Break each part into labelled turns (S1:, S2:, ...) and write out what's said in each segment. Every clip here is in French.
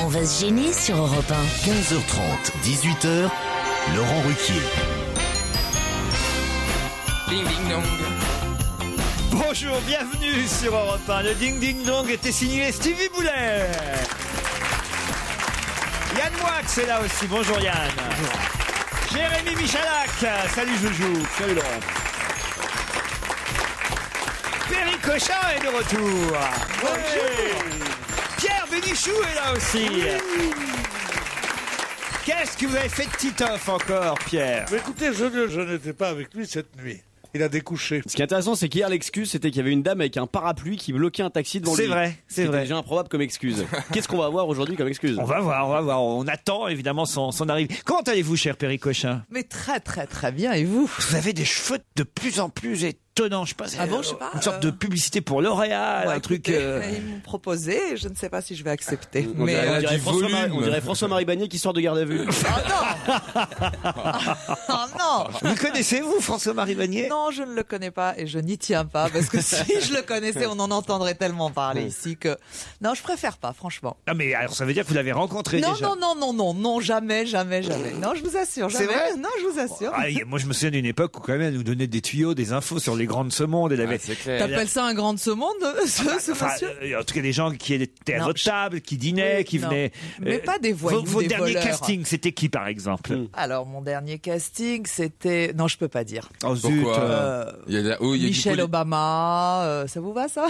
S1: On va se gêner sur Europe
S2: 15h30, 18h, Laurent Ruquier.
S3: Ding ding dong.
S4: Bonjour, bienvenue sur Europe 1. Le Ding Ding Dong était signé Stevie Boulet. Yann Moix est là aussi. Bonjour Yann. Jérémy Michalak. Salut Joujou. Salut Laurent. Perry Cochin est de retour. Ouais. Pierre Bénichou est là aussi. Qu'est-ce que vous avez fait de Titoff encore, Pierre
S5: Mais écoutez, je, ne- je n'étais pas avec lui cette nuit. Il a découché.
S6: Ce qui est intéressant, c'est qu'hier, l'excuse, c'était qu'il y avait une dame avec un parapluie qui bloquait un taxi devant lui.
S4: C'est vrai, c'est
S6: C'était
S4: vrai.
S6: déjà improbable comme excuse. Qu'est-ce qu'on va avoir aujourd'hui comme excuse
S4: On va voir, on va voir. On attend évidemment son, son arrivée. Comment allez-vous, cher Perry Cochin
S7: Mais très très très bien, et vous
S4: Vous avez des cheveux de plus en plus étonnants. Je sais pas, c'est,
S7: Ah bon,
S4: euh,
S7: je sais pas,
S4: Une sorte de
S7: euh,
S4: publicité pour L'Oréal,
S7: Bah,
S4: un truc.
S7: écoutez,
S4: euh,
S7: Ils m'ont proposé, je ne sais pas si je vais accepter.
S6: on
S7: Mais
S6: dirait, on
S7: euh,
S6: dirait
S3: du
S6: François-Marie-
S3: volume.
S6: on dirait François-Marie Bagné qui sort de garde à vue.
S7: ah, non
S4: Vous connaissez-vous François-Marie Vanier
S7: Non, je ne le connais pas et je n'y tiens pas parce que si je le connaissais, on en entendrait tellement parler ici que non, je préfère pas, franchement.
S4: Ah, mais alors ça veut dire que vous l'avez rencontré
S7: Non,
S4: déjà.
S7: non, non, non, non, non, jamais, jamais, jamais. Non, je vous assure,
S4: C'est
S7: jamais.
S4: vrai
S7: non, je vous assure.
S4: Ah, et moi, je me souviens d'une époque où quand même elle nous donnait des tuyaux, des infos sur les grandes semondes. Elle avait.
S3: C'est clair.
S7: T'appelles ça un grand de ce monde, ce, ce
S4: Enfin,
S7: monsieur
S4: euh, en tout cas, des gens qui étaient à
S7: Non,
S4: votre
S7: je-
S4: table, qui dînaient,
S7: Oui,
S4: qui
S7: non.
S4: venaient. euh,
S7: Mais pas des voyous,
S4: Vos, vos
S7: des
S4: derniers
S7: voleurs.
S4: castings, c'était qui par exemple
S7: Alors, mon dernier casting, c'était non, je peux pas dire.
S4: Oh, zut,
S3: Pourquoi
S4: euh,
S7: Euh,
S3: Il y a la- oh, il y a du
S7: Michelle
S3: poli-
S7: Obama, euh, ça vous va ça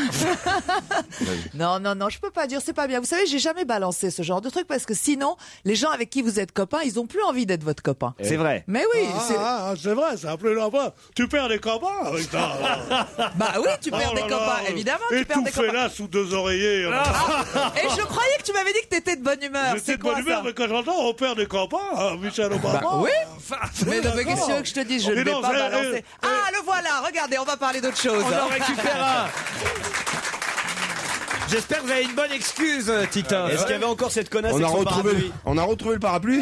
S7: Non, non, non, je peux pas dire, c'est pas bien. Vous savez, j'ai jamais balancé ce genre de truc parce que sinon, les gens avec qui vous êtes copains, ils ont plus envie d'être votre copain.
S4: C'est vrai.
S7: Mais oui,
S5: Ah,
S7: c'est-
S5: ah, ah, c'est vrai, c'est un peu là-bas. Tu perds des copains avec ça. Oh
S7: bah oui, tu perds des copains, évidemment, tu perds des copains. Ah,
S5: là sous deux oreillers.
S7: Et je croyais que tu m'avais dit que t'étais de bonne humeur.
S5: J'étais
S7: C'est
S5: de
S7: quoi
S5: bonne humeur,
S7: ça
S5: mais quand j'entends, on perd des copains, ah, Michel Obama.
S7: Bah oui. Mais, non, mais
S5: d'accord.
S7: qu'est-ce que je te dis, je ne
S5: Mais
S7: vais
S5: non,
S7: pas
S5: c'est-
S7: balancer.
S5: euh,
S7: ah, le voilà, regardez, on va parler d'autre chose.
S4: On en récupère un. J'espère que vous avez une bonne excuse, euh, Titoff.
S6: Est-ce qu'il y avait encore cette connasse
S8: On
S6: avec
S8: a,
S6: son
S8: retrouvé,
S6: parapluie
S8: on a retrouvé le parapluie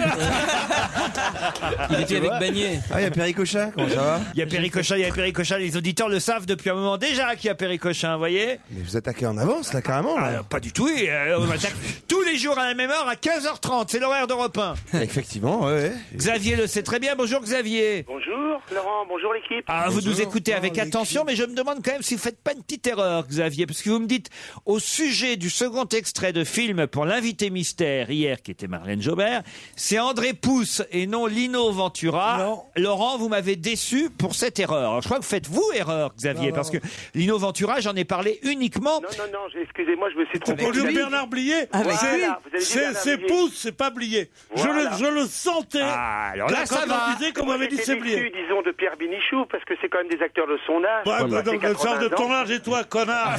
S6: Il était avec Bagné.
S8: Ah, il y a Perry Cochin, comment ça va
S4: Il y a Péricochin, il y a Péricochin. Les auditeurs le savent depuis un moment déjà qu'il y a Péricochin, vous voyez
S8: Mais vous attaquez en avance, là, carrément. là.
S4: Ah, Pas du tout. et, euh, on attaque tous les jours à la même heure à 15h30. C'est l'horaire d'Europe 1.
S8: Effectivement, ouais. ouais.
S4: Xavier le sait très bien. Bonjour Xavier.
S9: Bonjour Laurent, bonjour l'équipe.
S4: Ah, vous nous écoutez
S5: Oh,
S4: avec
S5: les
S4: attention, mais je me demande quand même si vous faites pas une petite erreur, Xavier, parce que vous me dites au sujet du second extrait de film pour l'invité mystère hier, qui était Marlène Jobert, c'est André Pousse et non Lino Ventura.
S5: Non.
S4: Laurent, vous m'avez déçu pour cette erreur. Alors, je crois que faites vous erreur, Xavier, parce que Lino Ventura, j'en ai parlé uniquement.
S9: Non, non, non, j'ai- excusez-moi, je me suis trompé.
S5: Au lieu de
S9: Vous
S5: Bernard Blier,
S7: Avec
S5: c'est-
S9: lui. Voilà, vous avez dit
S5: c'est
S9: Bernard
S5: c'est
S9: Blier.
S5: pouce, c'est pas Blier. Je le-
S9: Voilà.
S5: Je, le, sentais.
S4: Ah, alors
S5: quand-
S4: là, ça
S5: quand
S4: va.
S5: on disait qu'on
S9: Moi,
S5: m'avait dit
S9: j'étais
S5: c'est
S9: déçu,
S5: Blier.
S9: disons, de Pierre Bénichou, parce que c'est quand même des acteurs de son âge.
S5: Bah, bah,
S9: Moi, j'ai
S5: donc, le sens
S9: 80
S5: de
S9: ans.
S5: ton âge et toi, connard.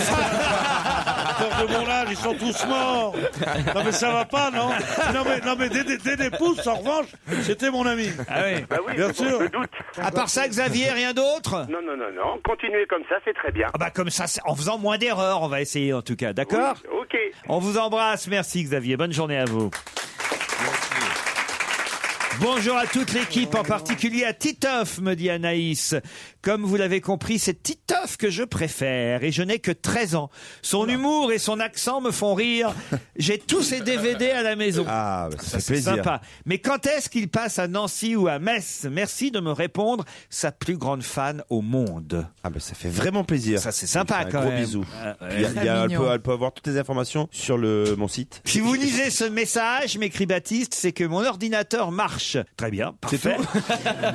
S5: Sors de mon âge, ils sont tous morts. Non, mais ça va pas, non Non, mais, non, mais Dédé, Dédé Pouce, en revanche, c'était mon ami.
S4: Ah oui.
S9: Bah oui,
S5: Bien
S9: c'est bon,
S5: sûr.
S9: je doute.
S4: À part ça, Xavier, rien d'autre
S9: Non, non, non, non, continuez comme ça, c'est très bien.
S4: Ah bah comme ça, c'est- en faisant moins d'erreurs, on va essayer en tout cas, d'accord
S9: Oui, Ok.
S4: On vous embrasse, merci Xavier, bonne journée à vous. Bonjour à toute l'équipe, en particulier à Titoff, me dit Anaïs. Comme vous l'avez compris, c'est Titoff que je préfère et je n'ai que 13 ans. Son humour et son accent me font rire. J'ai tous ses DVD à la maison.
S8: Ah, bah, ça, fait
S4: C'est
S8: plaisir.
S4: sympa. Mais quand est-ce qu'il passe à Nancy ou à Metz Merci de me répondre, sa plus grande fan au monde.
S8: Ah, bah, ça fait vraiment plaisir.
S4: Ça, c'est sympa,
S8: Un
S4: quand
S8: gros
S4: même.
S8: bisou.
S4: Ah, ouais.
S8: Puis, il y a- il y a- elle,
S7: Mignon.
S8: peut, elle peut avoir toutes les informations sur le, mon site.
S4: Si vous lisez ce message, m'écrit Baptiste, c'est que mon ordinateur marche. marche. Très bien, parfait.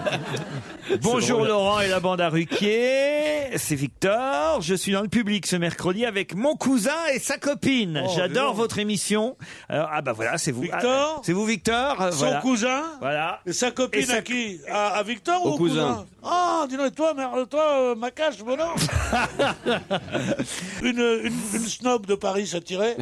S4: Bonjour Laurent et la bande à Ruquier, c'est Victor. Je suis dans le public ce mercredi avec mon cousin et sa copine.
S5: Oh, dis
S4: J'adore
S5: donc.
S4: votre émission. Alors, ah bah voilà, c'est vous.
S5: Victor
S4: Ah, C'est vous Victor euh,
S5: Son
S4: voilà.
S5: cousin
S4: Voilà.
S5: Et sa copine
S4: Et sa-
S5: à qui à, à Victor
S4: Au
S5: ou au cousin,
S4: cousin.
S5: Ah, dis donc, et toi, merde, toi, euh, Macache, Bono une, une, une snob de Paris s'attirait.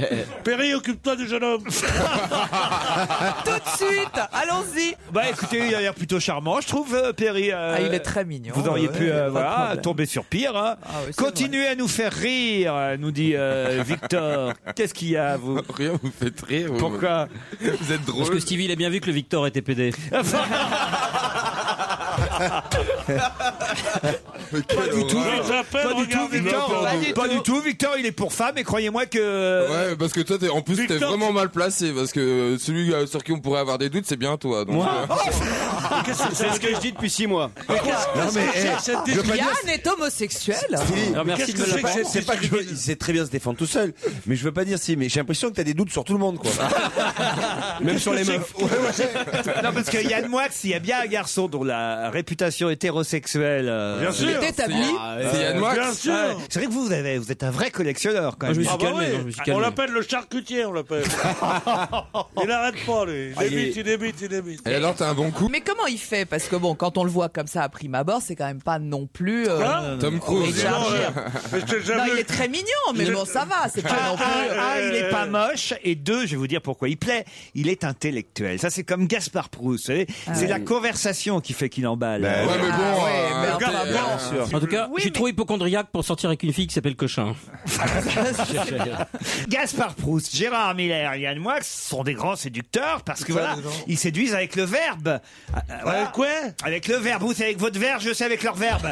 S5: Perry, occupe-toi du jeune homme.
S7: Tout de suite, allons-y.
S4: Bah écoutez, il a l'air plutôt charmant, je trouve, euh, Perry. euh,
S7: Ah, il est très mignon.
S4: Vous auriez
S7: Ouais,
S4: pu
S7: ouais,
S4: euh,
S7: pas de
S4: voilà,
S7: problème. Ah,
S4: tomber sur pire. hein.
S7: oui, c'est
S4: Continuez à nous faire rire, euh, nous dit euh, Victor. Qu'est-ce qu'il y a, vous
S3: Rien vous faites rire. vous-
S4: Pourquoi
S3: Vous êtes drôle.
S10: Parce que Stevie, il a bien vu que le Victor était PD.
S4: Pas du tout.
S5: Je vous appelle,
S4: Pas du tout,
S5: regardez
S4: Victor.
S5: Victor.
S4: Pas du tout, Victor, il est pour femme et croyez-moi que.
S3: Ouais, parce que toi, t'es- en plus, t'es
S5: Victor,
S3: vraiment mal placé. Parce que celui euh, sur qui on pourrait avoir des doutes, c'est bien toi. Donc,
S7: Oh.
S3: euh,
S6: C'est ce que je dis depuis 6 mois.
S8: Non, mais, eh, je veux pas dire-
S7: Yann est homosexuel.
S8: Philippe,
S10: Alors, merci de
S5: Qu'est-ce que
S10: me
S5: c'est
S10: l'apprendre.
S5: que
S8: c'est- C'est pas que je veux- il sait très bien se défendre tout seul, mais je veux pas dire si, mais j'ai l'impression que t'as des doutes sur tout le monde, quoi. Même sur les meufs.
S4: Non, parce que Yann Moix, il y a bien un garçon dont la réputation hétérosexuelle. euh,
S5: Bien
S7: Il
S5: sûr.
S7: est établi.
S3: c'est Yann Moix.
S5: Bien sûr.
S4: ouais. euh, C'est vrai que vous, avez, vous êtes un vrai collectionneur quand
S10: Moi,
S4: même.
S10: je me suis
S5: Ah bah
S10: calmé,
S5: oui.
S10: non, je me suis
S5: On
S10: calmé.
S5: l'appelle le charcutier, on l'appelle. il arrête pas, lui.
S4: Ah,
S5: Il débite, il débite, il débite.
S3: Et alors, t'as un bon coup.
S7: Mais comment il fait Parce que bon, quand on le voit comme ça à prime abord, c'est quand même pas non plus. euh,
S5: Hein
S3: Tom Cruise.
S7: Richard
S5: Non,
S7: Gere.
S5: euh, mais je Ah, t'ai
S7: Non,
S5: jamais
S7: il
S5: vu.
S7: est très mignon, mais bon, ça va, c'est pas non plus.
S4: Un, un, il est pas
S5: Euh,
S4: moche et deux, je vais vous dire pourquoi il plaît. Il est intellectuel. Ça, c'est comme Gaspard Proust. vous savez. c'est la conversation qui fait qu'il emballe.
S3: Ouais, mais
S7: Ah
S3: bon.
S7: ouais,
S3: euh,
S7: mais
S3: un
S7: regarde,
S3: peu,
S7: avant,
S3: euh,
S10: En tout cas,
S7: Oui,
S10: je suis
S7: mais-
S10: trop hypochondriaque pour sortir avec une fille qui s'appelle Cochin.
S4: Gaspard Proust, Gérard Miller, et Yann Moix sont des grands séducteurs parce que voilà, ils séduisent avec le verbe. Ah, ah, voilà.
S5: Avec quoi
S4: Avec le verbe. Vous, c'est avec votre verbe, je sais avec leur verbe.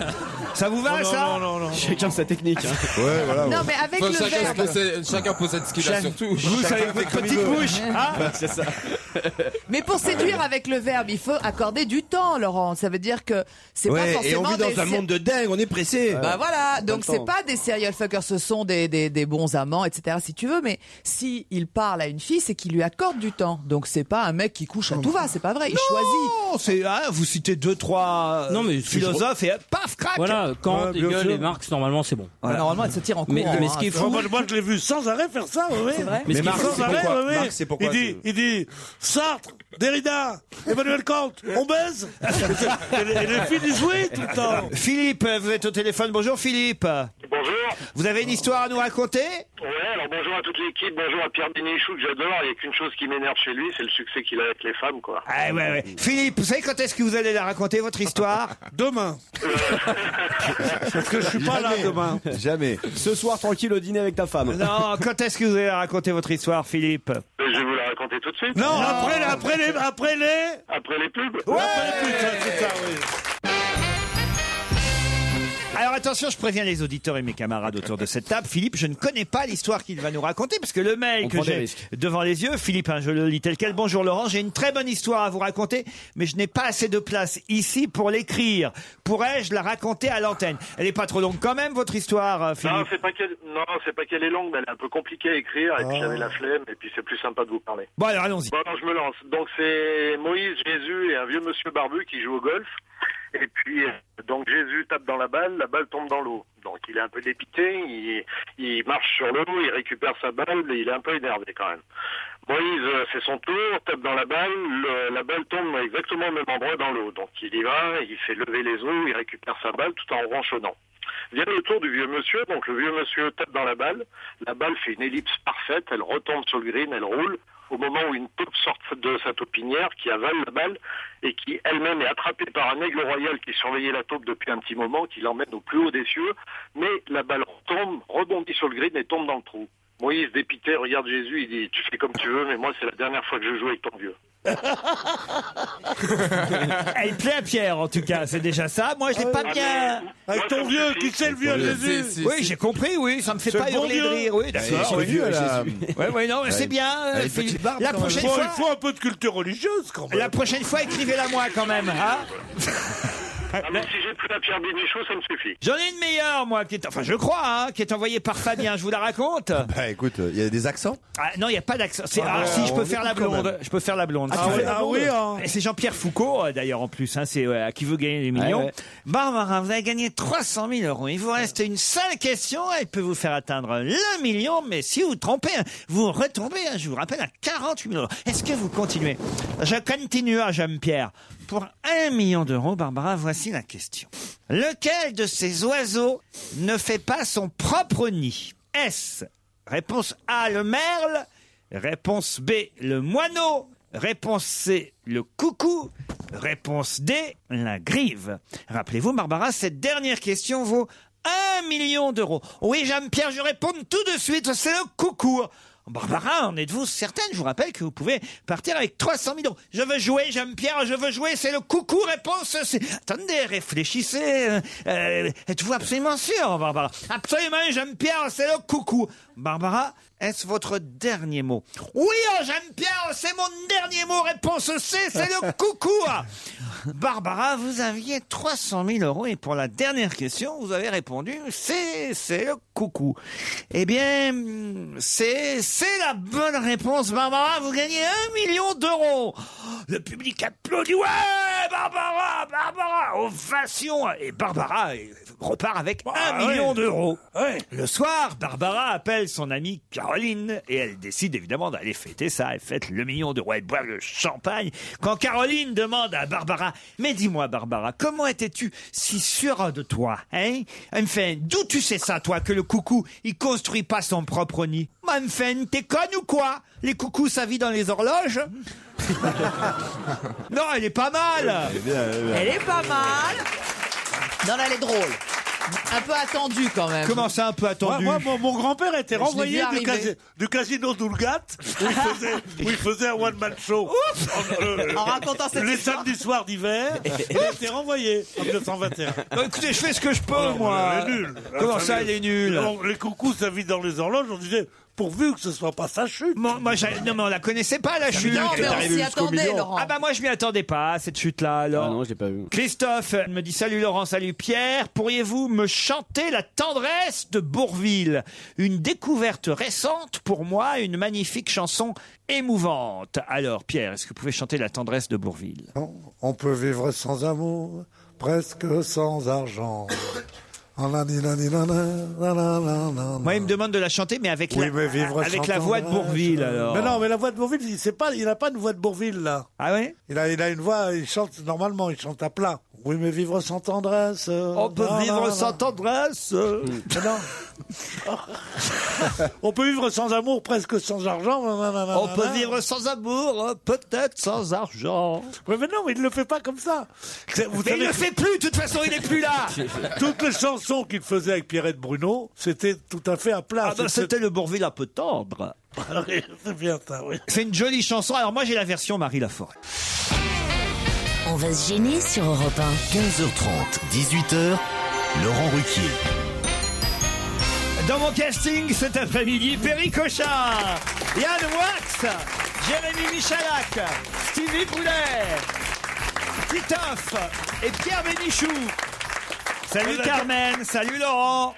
S4: Ça vous va,
S5: Oh
S6: Oh
S5: Non,
S4: ça
S5: non, non, non.
S6: Chacun sa technique. hein.
S8: Ouais, voilà.
S7: Non, mais avec
S3: Enfin,
S7: le
S3: chacun,
S7: verbe.
S3: possède, chacun possède ce qu'il a surtout.
S4: Vous, c'est avec votre petite bouche.
S6: hein
S4: Ah,
S6: C'est ça.
S5: euh.
S7: Mais pour séduire avec le verbe, il faut accorder du temps, Laurent. Ça veut dire que c'est pas
S8: Ouais, et on
S7: forcément
S8: vit
S7: des.
S8: dans un
S7: sé-
S8: monde de dingue, on est pressé.
S7: Bah voilà,
S6: le
S7: donc c'est
S6: temps.
S7: pas des serial fuckers, ce sont des, des, des bons amants, etc. Si tu veux, mais si il parle à une fille, c'est qu'il lui accorde du temps. Donc c'est pas un mec qui couche
S5: Oh.
S7: à tout va, c'est pas vrai. Il choisit.
S4: non, c'est, ah, vous citez deux, trois euh,
S10: Non, mais-
S4: philosophes et euh, paf, crac.
S10: Voilà, Kant,
S5: Ouais, bien
S10: Hegel
S5: sûr.
S10: et Marx, normalement, c'est bon.
S7: Bah, normalement, elle se tire en courant.
S10: Mais- mais ce
S7: hein,
S10: qui est
S7: c'est
S10: fou,
S7: vrai.
S5: Moi, moi, je l'ai vu sans arrêt faire ça, oui. C'est vrai.
S10: Mais ce qui est
S8: Marx,
S10: fou-
S8: c'est pourquoi Marx, c'est pourquoi
S5: il dit, il dit, Sartre, Derrida, Emmanuel Kant, on baise. et, les, et les filles disent oui tout le temps.
S4: Philippe, vous êtes au téléphone. Bonjour, Philippe.
S9: Bonjour.
S4: Vous avez une histoire à nous raconter
S9: Ouais, alors bonjour à toute l'équipe, bonjour à Pierre Bénichou que j'adore. Il n'y a qu'une chose qui m'énerve chez lui, c'est le succès qu'il a avec les femmes, quoi.
S4: Ah ouais, ouais. Philippe, vous savez quand est-ce que vous allez la raconter, votre histoire
S5: Demain. Parce que je suis pas là demain.
S8: Jamais.
S6: Ce soir, tranquille au dîner avec ta femme.
S4: Non, quand est-ce que vous allez la raconter, votre histoire, Philippe
S9: Mais je vais vous la raconter tout de suite.
S5: Non, après, les- après les, après les.
S9: Après les pubs.
S5: Après les putains, c'est ça, oui.
S4: Alors attention, je préviens les auditeurs et mes camarades autour de cette table. Philippe, je ne connais pas l'histoire qu'il va nous raconter parce que le mail
S6: On
S4: que
S6: prend des
S4: j'ai
S6: risques.
S4: devant les yeux, Philippe, hein, je le lis tel quel. Bonjour Laurent, j'ai une très bonne histoire à vous raconter, mais je n'ai pas assez de place ici pour l'écrire. Pourrais-je la raconter à l'antenne Elle est pas trop longue quand même, votre histoire, euh,
S9: Non,
S4: Philippe.
S9: c'est pas qu'elle, non, c'est pas qu'elle est longue, mais elle est un peu compliquée à écrire, et puis j'avais la flemme, et puis c'est plus sympa de vous parler.
S4: Ah. Bon alors allons-y.
S9: Bon, alors je me lance. Donc c'est Moïse, Jésus et un vieux monsieur barbu qui joue au golf. Et puis euh, donc Jésus tape dans la balle, la balle tombe dans l'eau. Donc il est un peu dépité, il, il marche sur l'eau, il récupère sa balle, et il est un peu énervé quand même. Moïse euh, fait son tour, tape dans la balle, le- la balle tombe exactement au même endroit dans l'eau. Donc il y va, il fait lever les eaux, il récupère sa balle tout en ronchonnant. Vient le tour du vieux monsieur, donc le vieux monsieur tape dans la balle, la balle fait une ellipse parfaite, elle retombe sur le green, elle roule, au moment où une taupe sort de sa taupinière, qui avale la balle, et qui elle-même est attrapée par un aigle royal qui surveillait la taupe depuis un petit moment, qui l'emmène au plus haut des cieux, mais la balle retombe, rebondit sur le green et tombe dans le trou. Moïse, dépité, regarde Jésus, il dit, tu fais comme tu veux, mais moi c'est la dernière fois que je joue avec ton vieux.
S4: Elle plaît à Pierre en tout cas, c'est déjà ça. Moi je l'ai pas bien.
S5: Avec
S9: Ah, Moi, ça
S5: ton
S9: me
S5: vieux,
S9: suffit.
S5: qui c'est le vieux Jésus
S3: C'est- c'est-
S4: Oui, j'ai compris, oui, ça me fait
S5: C'est
S4: pas
S5: le bon
S4: hurler de
S5: Dieu.
S4: rire, oui, d'accord.
S8: J'ai
S4: oui.
S8: vu, elle a-
S4: Ouais, ouais, non, mais c'est bien, euh,
S8: une
S4: Philippe.
S8: petite barbe,
S4: La
S8: quand même.
S5: Il
S4: prochaine
S5: faut, il
S4: fois,
S5: faut un peu de culture religieuse quand même.
S4: la prochaine fois, écrivez-la moi quand même, hein
S9: Ah, mais si j'ai plus la pierre Bénichou, ça me suffit.
S4: J'en ai une meilleure, moi, qui est- enfin, je crois, hein, qui est envoyée par Fabien. Je vous la raconte. Bah, écoute,
S8: euh,
S4: il y a des accents. non, il n'y a pas d'accent. C'est-
S5: Ah,
S4: ah, si, je
S5: on
S4: peux faire la
S5: écoute quand
S4: blonde.
S5: même.
S4: Je peux faire la blonde.
S5: Ah, tu fais la blonde
S4: Et c'est Jean-Pierre Foucault, euh, d'ailleurs, en plus. hein, c'est euh, à qui veut gagner des millions.
S5: Ouais, ouais.
S4: Barbara, vous avez gagné 300 000 euros. Il vous reste une seule question. Elle peut vous faire atteindre le million, mais si vous trompez, vous retombez, hein, je vous rappelle, à 48 000 euros. Est-ce que vous continuez Je continue à Jean-Pierre. Pour un million d'euros, Barbara, voici la question. Lequel de ces oiseaux ne fait pas son propre nid S. Réponse A, le merle. Réponse B, le moineau. Réponse C, le coucou. Réponse D, la grive. Rappelez-vous, Barbara, cette dernière question vaut 1 million d'euros. Oui, Jeanne-Pierre, je réponds tout de suite, c'est le coucou. Barbara, en êtes-vous certaine Je vous rappelle que vous pouvez partir avec 300 000 euros. Je veux jouer, Jeanne-Pierre, je veux jouer, c'est le coucou, réponse C. Attendez, réfléchissez. euh, euh, êtes-vous absolument sûr, Barbara Absolument, Jeanne-Pierre, c'est le coucou. Barbara, est-ce votre dernier mot Oui, oh, Jeanne-Pierre, c'est mon dernier mot. Réponse C, c'est le coucou. Barbara, vous aviez 300 000 euros et pour la dernière question, vous avez répondu c'est c'est le coucou. Eh bien, hum, c'est c'est la bonne réponse, Barbara. Vous gagnez un million d'euros. Le public applaudit. Ouais, Eh, Barbara, Barbara, ovation. Et Barbara elle repart avec un
S5: ouais.
S4: million d'euros. Le soir, Barbara appelle son amie Caroline et elle décide évidemment d'aller fêter ça. Elle fête le million d'euros, elle boit le champagne. Quand Caroline demande à Barbara Mais dis-moi, Barbara, comment étais-tu si sûre de toi hein Elle me fait D'où tu sais ça, toi, que le coucou, il construit pas son propre nid Bah, Elle me fait T'es conne ou quoi Les coucous, ça vit dans les horloges Non, elle est pas mal
S8: Elle est bien, elle est bien.
S7: Elle est pas mal. Non, là, elle est drôle. Ah, Un peu attendue quand même.
S4: Comment ça, un peu attendu
S5: Moi, moi, mon, mon grand-père était
S7: Je l'ai
S5: renvoyé
S7: vu
S5: du,
S7: arriver.
S5: casi- du casino d'Oulgat où, il faisait- où il faisait un one-man show.
S7: En racontant cette
S5: Les
S7: histoire.
S5: samedis soirs d'hiver, il a été renvoyé en 1921.
S4: Bah, écoutez, je fais ce que je peux,
S5: Alors,
S4: moi.
S5: Oh, Elle est nulle.
S4: Comment ça, elle est nulle
S5: Non, Les coucous, ça vit dans les horloges, on disait, pourvu que ce soit pas sa chute.
S4: Moi, moi, j'a- non, mais on la connaissait pas, la chute.
S7: Non, mais on s'y attendait, Laurent.
S4: Ah bah moi je m'y attendais pas à cette chute là
S6: Ah
S4: alors. non, je l'ai pas vu. Christophe me dit salut Laurent, salut Pierre, pourriez-vous me chanter la tendresse de Bourville Une découverte récente pour moi, une magnifique chanson émouvante. Alors Pierre, est-ce que vous pouvez chanter la tendresse de Bourville
S11: On peut vivre sans amour, presque sans argent.
S5: Ah,
S4: Moi, il me demande de la chanter mais avec
S11: Oui,
S4: la
S11: mais vivre
S4: avec
S11: sans
S4: la voix de
S11: tendresse,
S4: Bourville alors.
S5: euh, Mais non, mais la voix de Bourville, il sait pas, Ah, il a pas de voix de Bourville là.
S4: Ah ouais
S11: Il a, il a une voix, il chante normalement, il chante à plat. Oui, mais vivre sans tendresse.
S5: On peut vivre sans
S4: tendresse.
S5: On peut vivre sans amour, presque sans argent.
S4: On peut vivre sans amour, euh, peut-être sans argent.
S5: Ouais, mais non, mais il ne le fait pas comme ça. C'est- Vous
S4: Mais il le fait plus, de toute façon, il est plus là.
S5: Toutes les chansons qu'il faisait avec Pierrette Bruno, c'était tout à fait à plat.
S4: Ah bah, c'était le Bourville un peu tendre.
S5: C'est bien ça, oui.
S4: C'est une jolie chanson. Alors moi j'ai la version Marie Laforêt.
S1: On va se gêner sur Europe 1.
S2: 15h30, 18h, Laurent Ruquier.
S4: Dans mon casting cet après-midi, Perry Cochard, Yann Wax, Jérémy Michalak, Stevie Boulet, Titoff et Pierre Bénichou. Salut Carmen, salut Laurent.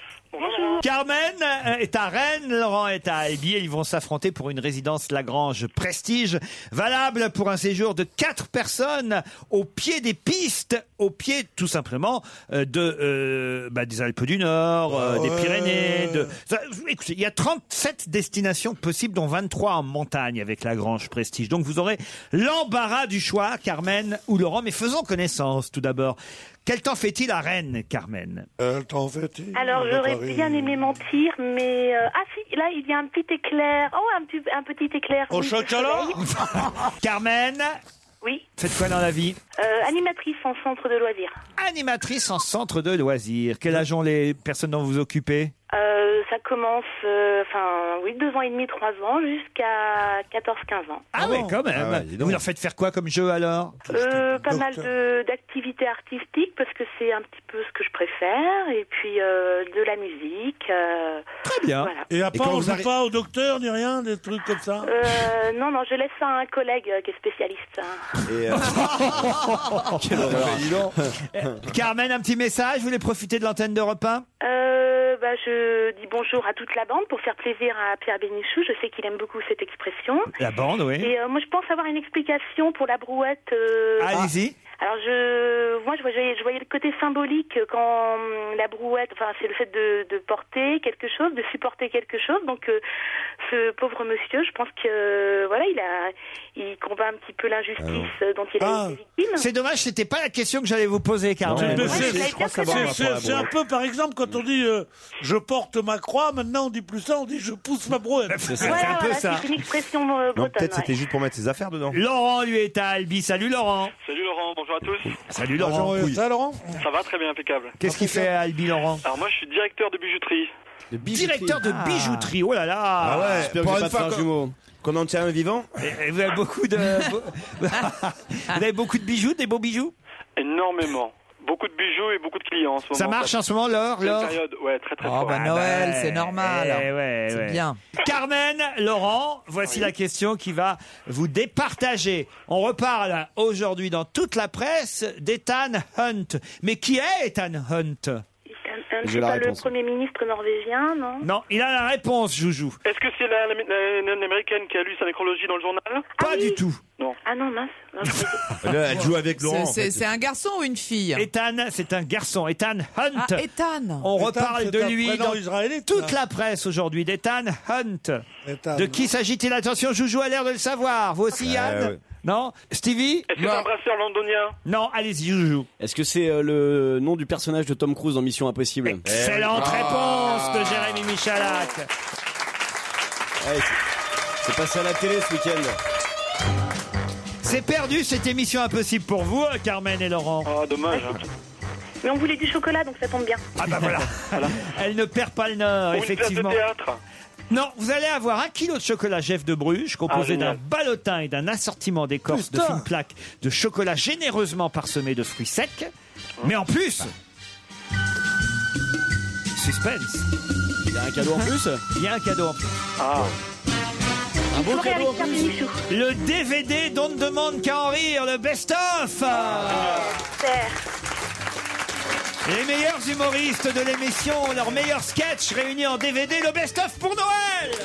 S4: Carmen euh, est à Rennes, Laurent est à Albi et ils vont s'affronter pour une résidence Lagrange Prestige, valable pour un séjour de quatre personnes au pied des pistes, au pied tout simplement euh, de, euh, bah, des Alpes du Nord, euh, des
S5: Ouais.
S4: Pyrénées. De... Ça, écoutez, il y a 37 destinations possibles, dont 23 en montagne avec Lagrange Prestige. Donc vous aurez l'embarras du choix, Carmen ou Laurent, mais faisons connaissance tout d'abord. Quel temps fait-il à Rennes, Carmen
S11: Quel temps fait-il
S12: Alors
S11: à
S12: j'aurais
S11: Paris
S12: bien aimé mentir, mais euh, ah si, là il y a un petit éclair. Oh un, pu- un petit éclair.
S4: Au
S12: oui, de
S4: chocolat
S12: soleil.
S4: Carmen
S12: Oui.
S4: Faites quoi dans la vie
S12: Euh, animatrice en centre de loisirs.
S4: Animatrice en centre de loisirs. Quel âge ont les personnes dont vous vous occupez
S12: Euh, ça commence, euh, enfin, oui, deux ans et demi, trois ans, jusqu'à 14-15 ans.
S4: Ah, ouais, quand même. vous leur faites faire quoi comme jeu alors
S12: Euh, pas mal de- d'activités artistiques parce que c'est un petit peu ce que je préfère et puis euh, de la musique. euh,
S4: Bien.
S12: Voilà.
S5: Et à
S12: Et
S5: part,
S12: quand
S5: on
S12: vous
S5: joue
S12: arri-
S5: pas au docteur ni rien, des trucs comme
S4: Ah.
S5: ça
S12: euh, non, non, je laisse ça à un collègue euh, qui est spécialiste.
S8: Et,
S11: euh,
S4: Quelle
S11: Bah,
S4: Eh,
S8: horreur.
S4: Carmen, un petit message, vous voulez profiter de l'antenne d'Europe 1
S12: Euh, bah, je dis bonjour à toute la bande pour faire plaisir à Pierre Bénichou. Je sais qu'il aime beaucoup cette expression.
S4: La bande, oui.
S12: Et euh, moi, je pense avoir une explication pour la brouette. euh,
S4: Ah, Allez-y.
S12: Alors je, moi je voyais, je voyais le côté symbolique quand hum, la brouette, enfin c'est le fait de, de porter quelque chose, de supporter quelque chose. Donc euh, ce pauvre monsieur, je pense que euh, voilà, il a, il combat un petit peu l'injustice euh, dont il a
S4: Ah.
S12: été victime.
S4: C'est dommage, c'était pas la question que j'allais vous poser, Carmen.
S5: Mais c'est-
S12: je l'avais bien
S5: c'est-
S12: préparé.
S5: c'est- c'est un peu, par exemple, quand on dit euh, je porte ma croix, maintenant on dit plus ça, on dit je pousse ma brouette.
S12: Voilà, Ah, voilà, C'est une expression euh,
S8: Non,
S12: bretonne.
S8: peut-être c'était
S12: ouais.
S8: juste pour mettre ses affaires dedans.
S4: Laurent, lui, est à Albi. Salut, Laurent.
S13: Salut Laurent, bonjour à tous.
S4: Salut, Laurent.
S13: Bonjour,
S4: Oui.
S13: ça, Ça va très bien, impeccable.
S4: Qu'est-ce qu'il fait à Albi, Laurent
S13: Alors moi je suis directeur de bijouterie.
S4: Directeur de bijouterie, oh là là
S8: Ah ouais, pour une fois qu'on- qu'on en tient un vivant.
S4: Et, vous avez beaucoup de. vous avez beaucoup de bijoux, des beaux bijoux
S13: Énormément. Beaucoup de bijoux et beaucoup de clients en ce moment.
S4: Ça marche en ce moment, l'or,
S13: C'est une
S4: l'or
S13: période, ouais, très très
S4: Oh,
S13: fort.
S4: bah, Noël, c'est normal. hein.
S13: Eh ouais,
S4: C'est
S13: ouais.
S4: bien. Carmen, Laurent, voici la question qui va vous départager. On reparle aujourd'hui dans toute la presse d'Ethan Hunt. Mais qui est Ethan Hunt
S12: Euh,
S4: J'ai
S12: C'est
S4: la
S12: pas
S4: réponse.
S12: le premier ministre norvégien, non
S4: Non, il a la réponse, Joujou.
S13: Est-ce que c'est la, la- la- la- l'américaine qui a lu sa nécrologie dans le journal
S4: Pas du tout.
S13: Non.
S12: Ah non, mince.
S8: Là, elle joue avec Laurent.
S7: C'est- c'est- c'est un garçon ou une fille
S4: Ethan, c'est un garçon. Ethan Hunt.
S7: Ah, Ethan.
S4: On
S7: Ethan,
S4: reparle
S7: c'est
S4: de
S7: un
S4: lui
S7: prénom
S4: dans
S7: israélite,
S4: toute
S7: ça.
S4: la presse aujourd'hui, d'Ethan Hunt.
S11: Ethan.
S4: De qui s'agit-il Attention, Joujou a l'air de le savoir. Vous aussi,
S6: Ouais,
S4: Yann
S6: Ah, ouais.
S4: Non Stevie
S13: Est-ce que c'est un brasseur londonien
S4: Non, allez-y, Joujou.
S6: Est-ce que c'est euh, le nom du personnage de Tom Cruise dans Mission Impossible
S4: Excellente
S6: Ah.
S4: réponse de Jérémy Michalak.
S6: Ouais, Eh, c'est- c'est passé à la télé ce week-end.
S4: C'est perdu cette émission impossible pour vous, euh, Carmen et Laurent.
S13: Ah, dommage.
S12: Mais on voulait du chocolat, donc ça tombe bien.
S4: Ah bah voilà. Elle ne perd pas le nord,
S13: Ou une pièce de
S4: effectivement.
S13: théâtre.
S4: Non, vous allez avoir un kilo de chocolat Jeff de Bruges,
S13: Ah,
S4: composé d'un
S13: génial.
S4: ballotin et d'un assortiment d'écorce de
S13: Putain.
S4: fines plaques de chocolat généreusement parsemé de fruits secs.
S13: Hein
S4: Mais en plus, suspense. Il y a un
S6: cadeau en plus
S4: Il y a un cadeau en plus.
S13: Ah.
S4: Un
S12: beau Soirée cadeau avec en Pierre plus. Bénichou.
S4: Le DVD dont ne demande qu'à en rire, le best-of. Les meilleurs humoristes de l'émission, leurs meilleurs sketchs réunis en DVD, le best-of pour Noël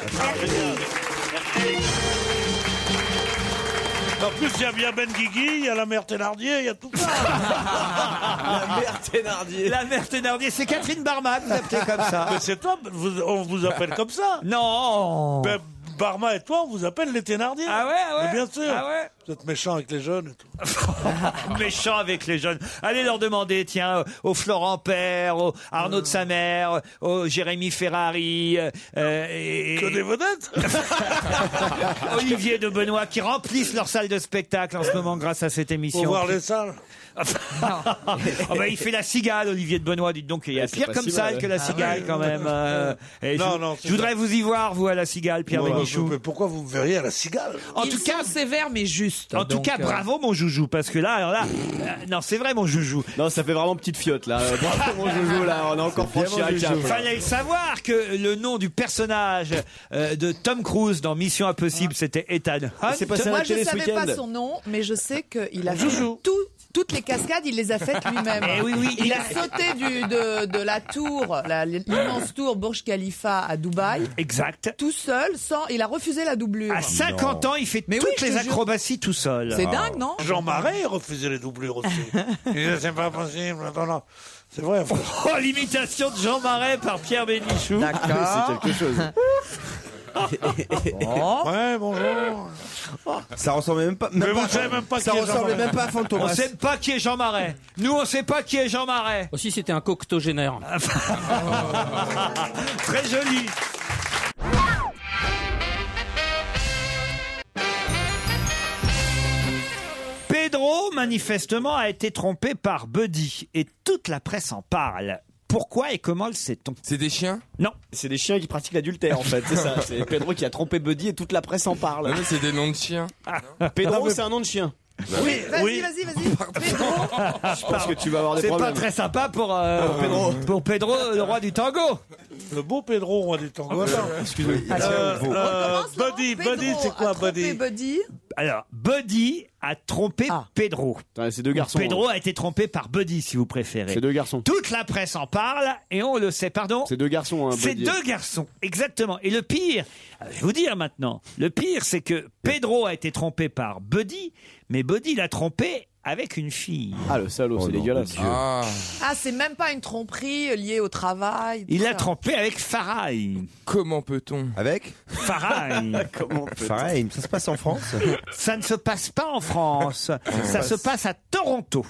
S5: En plus, il y a bien Ben Guigui, il y a la mère Thénardier, il y a tout ça.
S4: La mère Thénardier. La mère Thénardier, c'est Catherine Barma, vous appelez comme ça.
S5: Mais c'est top, vous- on vous appelle comme ça.
S4: Non.
S5: Ben, Barma et toi, on vous appelle les Thénardier. Ah ouais,
S4: ouais.
S5: bien sûr.
S4: Ah ouais.
S5: Vous êtes méchant avec les jeunes et tout.
S4: Méchant avec les jeunes. Allez leur demander, tiens, euh, au Florent Père, au Arnaud
S5: Euh.
S4: de sa mère, au Jérémy Ferrari. euh, euh, et-
S5: Que des vedettes
S4: Olivier de Benoît qui remplissent leur salle de spectacle en ce moment grâce à cette émission.
S5: Pour voir les salles.
S4: Ah bah, il fait la cigale, Olivier de Benoît, dites donc. Il y a
S5: Ouais, c'est
S4: pire
S5: pas
S4: comme
S5: si
S4: sale
S5: mal,
S4: que la
S5: ouais. Ah
S4: cigale
S5: oui.
S4: quand même. euh, et
S5: Non,
S4: je,
S5: non,
S4: je
S5: c'est
S4: voudrais vous y voir, vous, à la cigale, Pierre
S5: Moi,
S4: Bénichou.
S5: mais pourquoi vous me verriez à la cigale
S4: En tout cas,
S7: sévère mais juste.
S4: En tout
S7: Donc,
S4: cas,
S7: euh,
S4: bravo mon joujou, parce que là, alors là, euh, non, c'est vrai mon joujou.
S6: Non, ça fait vraiment petite fiotte là. Euh, Bravo mon Jojo là, on a encore franchi un cap. là.
S4: Fallait le savoir que le nom du personnage euh, de Tom Cruise dans Mission Impossible, c'était Ethan Hunt.
S7: Moi, je savais pas son nom, mais je sais qu'il a fait tout- toutes les cascades, il les a faites lui-même.
S4: Eh oui, oui,
S7: il,
S4: il
S7: a,
S4: a-
S7: sauté du- de, de la tour, la- l'immense tour Burj Khalifa à Dubaï.
S4: Exact.
S7: Tout seul, sans. Il a refusé la doublure.
S4: À 50 ans, il fait
S7: Mais oui,
S4: toutes
S7: je
S4: les
S7: te jure.
S4: acrobaties tout seul.
S7: C'est dingue, non
S5: Jean Marais refusait les doublures aussi. Il disait, c'est pas possible. Non, non. C'est vrai.
S4: Oh, l'imitation de Jean Marais par Pierre Bénichou.
S8: D'accord. Ah C'est quelque chose.
S5: Ouais, bonjour.
S7: Oh.
S8: Ça ressemblait même pas. même
S5: Mais
S8: pas
S5: vous
S8: à-
S5: savez même pas
S8: Ça
S5: qui est Jean
S8: ressemblait
S5: Marais.
S8: même pas à Fantomas.
S4: On sait pas qui est Jean Marais. Nous, on sait pas qui est Jean Marais.
S10: Aussi, Oh, c'était un coctogénaire.
S4: Très joli. Pedro, manifestement, a été trompé par Buddy et toute la presse en parle. Pourquoi et comment le sait-on
S3: C'est des chiens
S4: Non.
S6: C'est des chiens qui pratiquent l'adultère en fait, c'est ça. C'est Pedro qui a trompé Buddy et toute la presse en parle.
S3: Non, Ah, mais c'est des noms de chiens.
S4: Ah,
S6: Pedro, c'est un nom de chien.
S4: Bah Oui,
S7: Vas-y,
S4: oui.
S7: vas-y, vas-y.
S6: Je pense que tu vas avoir des
S4: C'est
S6: problèmes.
S4: pas très sympa pour, euh,
S6: Pour Pedro.
S4: pour Pedro, le roi du tango. Ah,
S5: Le beau Pedro, roi du tango.
S4: Excusez-moi.
S5: Euh, euh, Buddy,
S7: Pedro
S5: Buddy, c'est
S7: a
S5: quoi
S7: trompé
S5: Buddy
S7: Buddy. Ah.
S4: Alors, Buddy a trompé Pedro.
S6: C'est deux garçons.
S4: Pedro
S6: hein.
S4: a été trompé par Buddy, si vous préférez.
S6: C'est deux garçons.
S4: Toute la presse en parle et on le sait, pardon.
S6: C'est deux garçons. hein,
S4: C'est
S6: Buddy.
S4: deux garçons, exactement. Et le pire, euh, je vais vous dire maintenant, le pire, c'est que Pedro a été trompé par Buddy, mais Buddy l'a trompé avec une fille.
S6: Ah, le salaud, c'est dégueulasse.
S7: Ah, c'est même pas une tromperie liée au travail. tout
S4: Il l'a
S7: ça.
S4: trompé avec Farai.
S3: Comment peut-on
S8: Avec
S4: Farai.
S6: Comment
S8: Pareil, ça se passe en France
S4: Ça ne se passe pas en France. Ça se passe Oh à Toronto.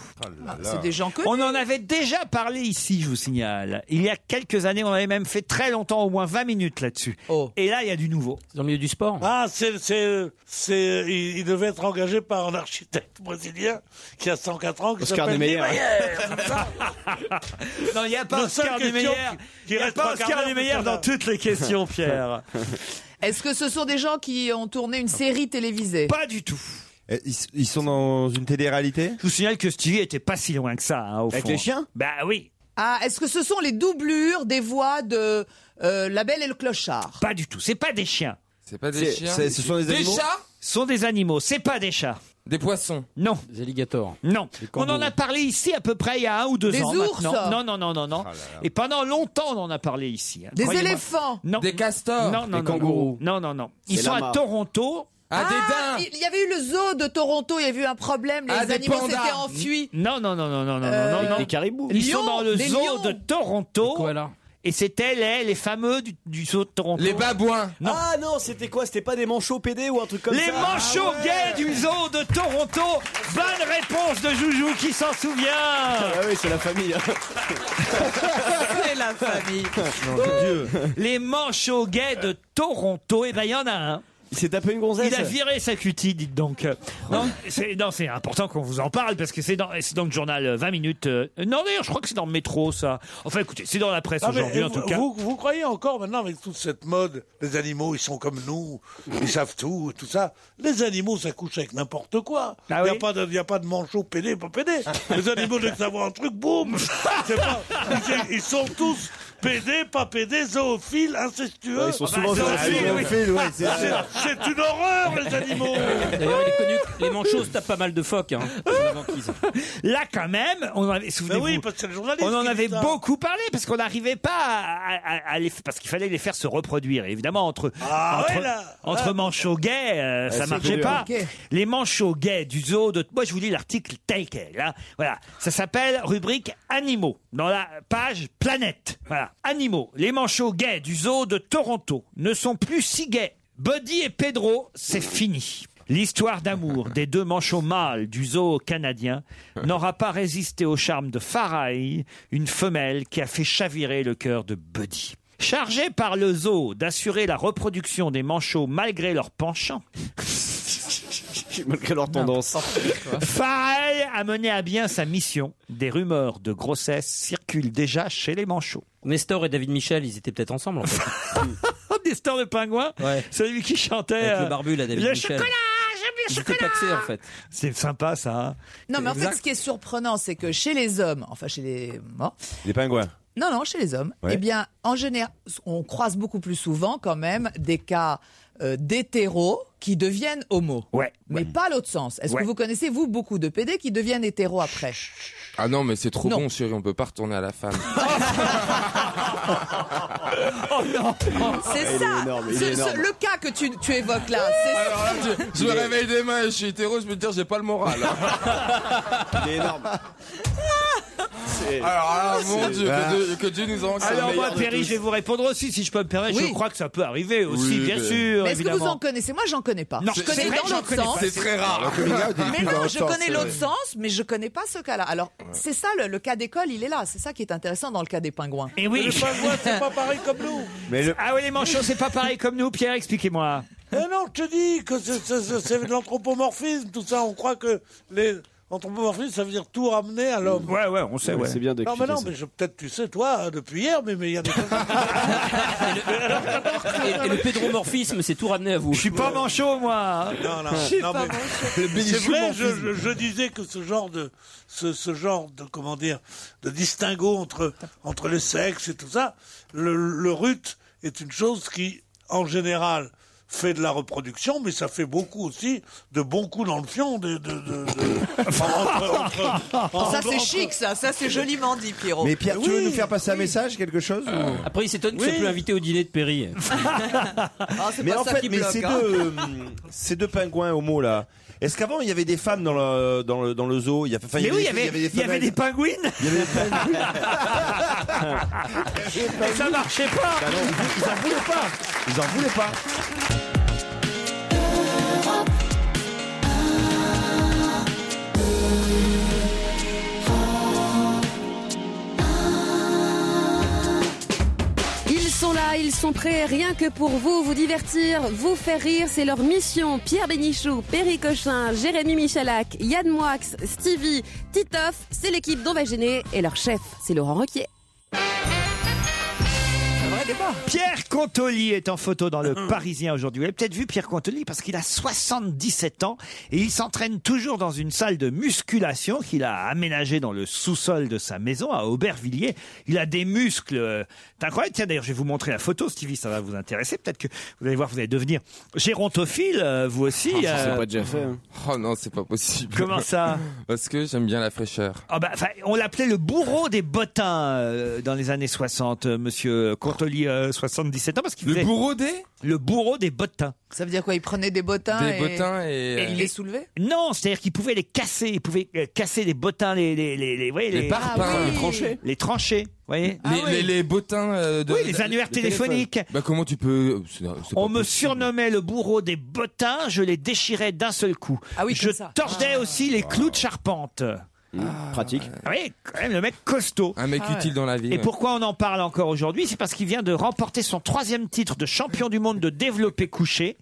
S7: C'est des gens connus.
S4: On en avait déjà parlé ici, je vous signale. Il y a quelques années, on avait même fait très longtemps, au moins 20 minutes là-dessus. Et là, il y a du nouveau.
S10: Dans le milieu du sport
S5: Ah, c'est,
S4: euh,
S5: c'est, c'est, il, il devait être engagé par un architecte brésilien qui a 104 ans, qui
S6: Oscar
S5: s'appelle
S6: Niemeyer.
S5: Niemeyer, c'est ça
S4: Non, il n'y a pas
S5: Le
S4: Oscar
S5: seul question
S4: Niemeyer.
S5: qui- qui
S4: Il n'y a
S5: reste
S4: pas
S5: trois quarts
S4: Oscar
S5: d'heure,
S4: Niemeyer
S5: putain.
S4: dans toutes les questions, Pierre.
S7: Est-ce que ce sont des gens qui ont tourné une série télévisée
S4: Pas du tout.
S8: Eh, Ils, ils sont dans une télé-réalité
S4: Je vous signale que Stevie était pas si loin que ça, hein, au
S6: Avec
S4: fond.
S6: les chiens
S4: Bah oui.
S7: Ah, est-ce que ce sont les doublures des voix de euh, La Belle et le Clochard
S4: Pas du tout. C'est pas des chiens.
S3: C'est pas des
S8: C'est-
S3: chiens
S8: c'est- Ce sont des
S3: Des
S8: animaux
S3: chats
S4: Ce sont des animaux. C'est pas des chats.
S3: Des poissons
S4: Non,
S10: Des alligators.
S4: non. On
S10: kangourous.
S4: en a parlé ici à peu près il y a un ou deux
S7: Des
S4: ans.
S7: ours
S4: maintenant. Non, non, non, non, non. Et pendant longtemps, on en a parlé ici. hein.
S7: Des
S4: Croyez-moi.
S7: éléphants
S4: Non.
S3: Des castors
S4: Non, non,
S6: Des
S4: non,
S6: kangourous.
S4: Non, non, non. Ils
S6: Des
S4: sont à
S6: lamas.
S4: Toronto.
S3: Ah,
S7: Ah,
S3: des daims
S7: il y avait eu le zoo de Toronto, il y avait eu un problème, les
S3: Ah, des
S7: animaux
S3: pandas.
S7: s'étaient enfuis. Euh,
S4: Non, non, non, non, non, non, non, non.
S6: Des caribous.
S4: Ils
S7: Lions,
S4: sont dans le
S7: des
S4: zoo
S7: lions.
S4: de Toronto.
S10: Voilà.
S4: Et c'était les, les fameux du, du zoo de Toronto.
S3: Les babouins
S4: Non.
S6: Ah non, c'était quoi C'était pas des manchots PD ou un truc comme
S4: Les
S6: ça Ah
S4: manchots gays du zoo de Toronto. Bonne réponse de Joujou qui s'en souvient.
S6: Ah oui, c'est la famille.
S7: C'est la famille.
S4: Oh, Les manchots gays de Toronto. Et ben il y en a un.
S6: Il s'est tapé une gonzesse.
S4: Il a viré sa cutie, dites donc. Non, c'est non, c'est important qu'on vous en parle parce que c'est dans, c'est dans le journal euh, 20 minutes. euh, Non, d'ailleurs, je crois que c'est dans le métro, ça. Enfin, écoutez, c'est dans la presse
S5: Ah, mais
S4: aujourd'hui, en
S5: vous,
S4: tout cas.
S5: Vous, vous croyez encore maintenant avec toute cette mode, les animaux ils sont comme nous, ils savent tout, et tout ça. Les animaux ça couche avec n'importe quoi. Il
S4: Ah
S5: n'y a,
S4: oui
S5: pas de- y a pas de manchot pédé, pas pédé. Les animaux dès que ça voit un truc, boum C'est pas- ils- Ils sont tous pédés, pas pédés, zoophiles, incestueux.
S6: Ils sont
S5: Ah bah,
S6: souvent
S5: c'est
S6: sur-
S5: aussi, oui. C'est
S8: Ils
S5: c'est une horreur les animaux
S10: D'ailleurs, il est connu que les manchots se tapent pas mal de phoques. Hein. C'est une banquise.
S4: Là, quand même, on en avait,
S5: Mais
S4: souvenez-vous,
S5: Bah oui, parce que c'est le journaliste.
S4: on en
S5: qui
S4: avait
S5: dit ça.
S4: beaucoup parlé parce qu'on n'arrivait pas à, à- à les, parce qu'il fallait les faire se reproduire. Et évidemment, entre,
S5: Ah
S4: entre,
S5: ouais, là,
S4: entre
S5: là.
S4: manchots gays, euh, ça
S6: c'est
S4: marchait
S6: dur.
S4: pas.
S7: Ok.
S4: Les manchots gays du zoo de, moi je vous lis l'article tel quel, hein. Voilà. Ça s'appelle rubrique animaux. Dans la page planète. Voilà. Animaux. Les manchots gays du zoo de Toronto ne sont plus si gays. Buddy et Pedro, c'est fini. L'histoire d'amour des deux manchots mâles du zoo canadien n'aura pas résisté au charme de Faraï, une femelle qui a fait chavirer le cœur de Buddy. Chargée par le zoo d'assurer la reproduction des manchots malgré leur penchant,
S6: Malgré leur tendance.
S4: Farrell a mené à bien sa mission. Des rumeurs de grossesse circulent déjà chez les manchots.
S10: Nestor et David Michel, ils étaient peut-être ensemble en fait.
S4: Oh, Nestor le pingouin
S10: Ouais.
S4: Celui qui chantait
S10: Avec le
S4: euh,
S10: barbu là, David
S4: le
S10: Michel.
S4: chocolat J'aime Ah, le
S10: Ils étaient
S4: chocolat
S10: paxés en fait.
S4: C'est sympa ça. hein.
S7: Non, mais en fait,
S3: Exact.
S7: ce qui est surprenant, c'est que chez les hommes, enfin chez les morts,
S8: Les pingouins.
S7: non, non, chez les hommes,
S8: Ouais.
S7: eh bien, en général, on croise beaucoup plus souvent quand même des cas euh, d'hétéros qui deviennent homo.
S4: Ouais.
S7: Mais pas l'autre sens. Est-ce
S4: Ouais.
S7: que vous connaissez, vous, beaucoup de PD qui deviennent hétéros après
S3: Ah non, mais c'est trop
S7: Non.
S3: bon, chérie, on peut pas retourner à la femme.
S4: Oh non
S7: C'est
S6: il est
S7: ça
S6: énorme, il
S7: Ce-
S6: est
S7: ce-
S6: énorme.
S7: Le cas que tu, tu évoques là, c'est ça.
S3: Alors là, je, je me réveille demain et je suis hétéro, je peux te dire, j'ai pas le moral. hein.
S6: Il est énorme. C'est-
S3: Alors là,
S7: Ah,
S3: mon
S6: C'est-
S3: Dieu, que Dieu, que Dieu nous en
S4: Alors moi,
S6: meilleur de
S4: Perry,
S6: tous.
S4: je vais vous répondre aussi, si je peux me permettre.
S7: Oui.
S4: Je crois que ça peut arriver
S3: Oui,
S4: aussi, bien
S3: mais-
S4: sûr,
S7: Mais est-ce que vous en
S4: évidemment.
S7: connaissez Moi, j'en connais pas.
S4: Non,
S7: je
S4: c'est- c'est
S7: connais
S4: vrai que
S7: dans
S4: j'en
S7: l'autre
S4: connais
S7: sens.
S4: pas.
S3: C'est très rare.
S7: Mais non, je connais l'autre sens, mais je connais pas ce cas-là. Alors, c'est ça, le, le cas d'école, il est là. C'est ça qui est intéressant dans le cas des pingouins.
S4: Et Eh oui.
S5: Les pingouins c'est pas pareil comme nous.
S8: Mais le-
S4: Ah oui, les manchots, c'est pas pareil comme nous, Pierre, expliquez-moi.
S5: Eh non, je te dis que c'est- c'est c'est- c'est de l'anthropomorphisme, tout ça. On croit que les. Anthropomorphisme, ça veut dire tout ramener à l'homme.
S4: Ouais, ouais, on sait, ouais. C'est bien de
S5: Non, mais
S4: expliquer
S5: non,
S4: ça.
S5: mais je- peut-être tu sais, toi, euh, depuis hier, mais mais il y a des choses.
S10: Et, et le pédromorphisme, c'est tout ramené à vous. Je
S4: suis pas manchot, moi.
S5: Non, non, non, mais- c'est vrai, je, je- je disais que ce genre de, ce, ce genre de, comment dire, de distinguo entre, entre les sexes et tout ça, le, le rut est une chose qui, en général, fait de la reproduction, mais ça fait beaucoup aussi de bons coups dans le fion. De, de, de, de- entre- entre-
S7: Oh, ça
S5: entre-
S7: c'est chic, ça. Ça c'est joliment dit, Pierrot.
S8: Mais Pierre, tu veux
S7: Oh. Oui.
S8: nous faire passer un message, quelque chose ou-
S10: Après, il s'étonne que
S8: Oui.
S10: ça plus invité au dîner de Perry.
S7: Ah, c'est
S8: Mais
S7: pas
S8: en
S7: ça
S8: fait,
S7: qui
S8: mais
S7: bloque,
S8: ces,
S7: hein.
S8: deux, euh, ces deux pingouins homo là, est-ce qu'avant il y avait des femmes dans le, dans le, dans le zoo il y a, enfin,
S4: Mais oui, il y
S8: des-
S4: avait- il y avait
S8: femelles.
S4: des pingouines
S8: Il y avait des pingouins
S4: Et ça marchait pas
S8: Bah non, ils- Ils en voulaient pas Ils en voulaient pas
S14: Ils sont là, ils sont prêts, rien que pour vous, vous divertir, vous faire rire, c'est leur mission. Pierre Bénichou, Perry Cochin, Jérémy Michalak, Yann Moix, Stevie, Titoff, c'est l'équipe d'On va gêner et leur chef, c'est Laurent Roquier.
S4: Pierre Contoli est en photo dans le Parisien aujourd'hui. Vous avez peut-être vu Pierre Contoli parce qu'il a 77 ans et il s'entraîne toujours dans une salle de musculation qu'il a aménagée dans le sous-sol de sa maison à Aubervilliers. Il a des muscles euh, c'est incroyable. Tiens, d'ailleurs, je vais vous montrer la photo, Stevie, ça va vous intéresser. Peut-être que vous allez voir, vous allez devenir gérontophile, euh, vous
S3: Ah,
S4: aussi.
S6: Ah,
S4: euh.
S6: hein.
S3: Oh non, c'est pas possible.
S4: Comment ça
S3: Parce que j'aime bien la fraîcheur.
S4: Ah bah, enfin, on l'appelait le bourreau des bottins euh, dans les années 60, euh, monsieur Contoli, euh, 77 ans, parce qu'il Le
S3: bourreau des
S4: Le bourreau des bottins.
S7: Ça veut dire quoi Il prenait des bottins
S4: Des
S7: et...
S4: bottins et-
S7: il les soulevait
S4: Non, c'est-à-dire qu'il pouvait les casser, il pouvait euh, casser les bottins, les les les les, vous voyez,
S3: Les parpaings, Ah oui. les tranchés.
S4: les tranchés, vous voyez. Ah
S3: Les, les, les bottins euh, de.
S4: Oui, les annuaires
S3: de téléphone.
S4: téléphoniques.
S3: Bah, comment tu peux. c'est- euh, c'est
S4: On
S3: pas
S4: me
S3: possible.
S4: surnommait le bourreau des bottins, je les déchirais d'un seul coup.
S7: Ah Ah. oui,
S4: je
S7: comme ça.
S4: tordais aussi les clous de charpente.
S3: Mmh.
S4: Ah
S10: pratique.
S4: Oui, quand même, le mec costaud.
S3: Un mec Ah ouais. utile dans la vie,
S4: Et
S3: ouais.
S4: pourquoi on en parle encore aujourd'hui C'est parce qu'il vient de remporter son troisième titre de champion du monde de développé couché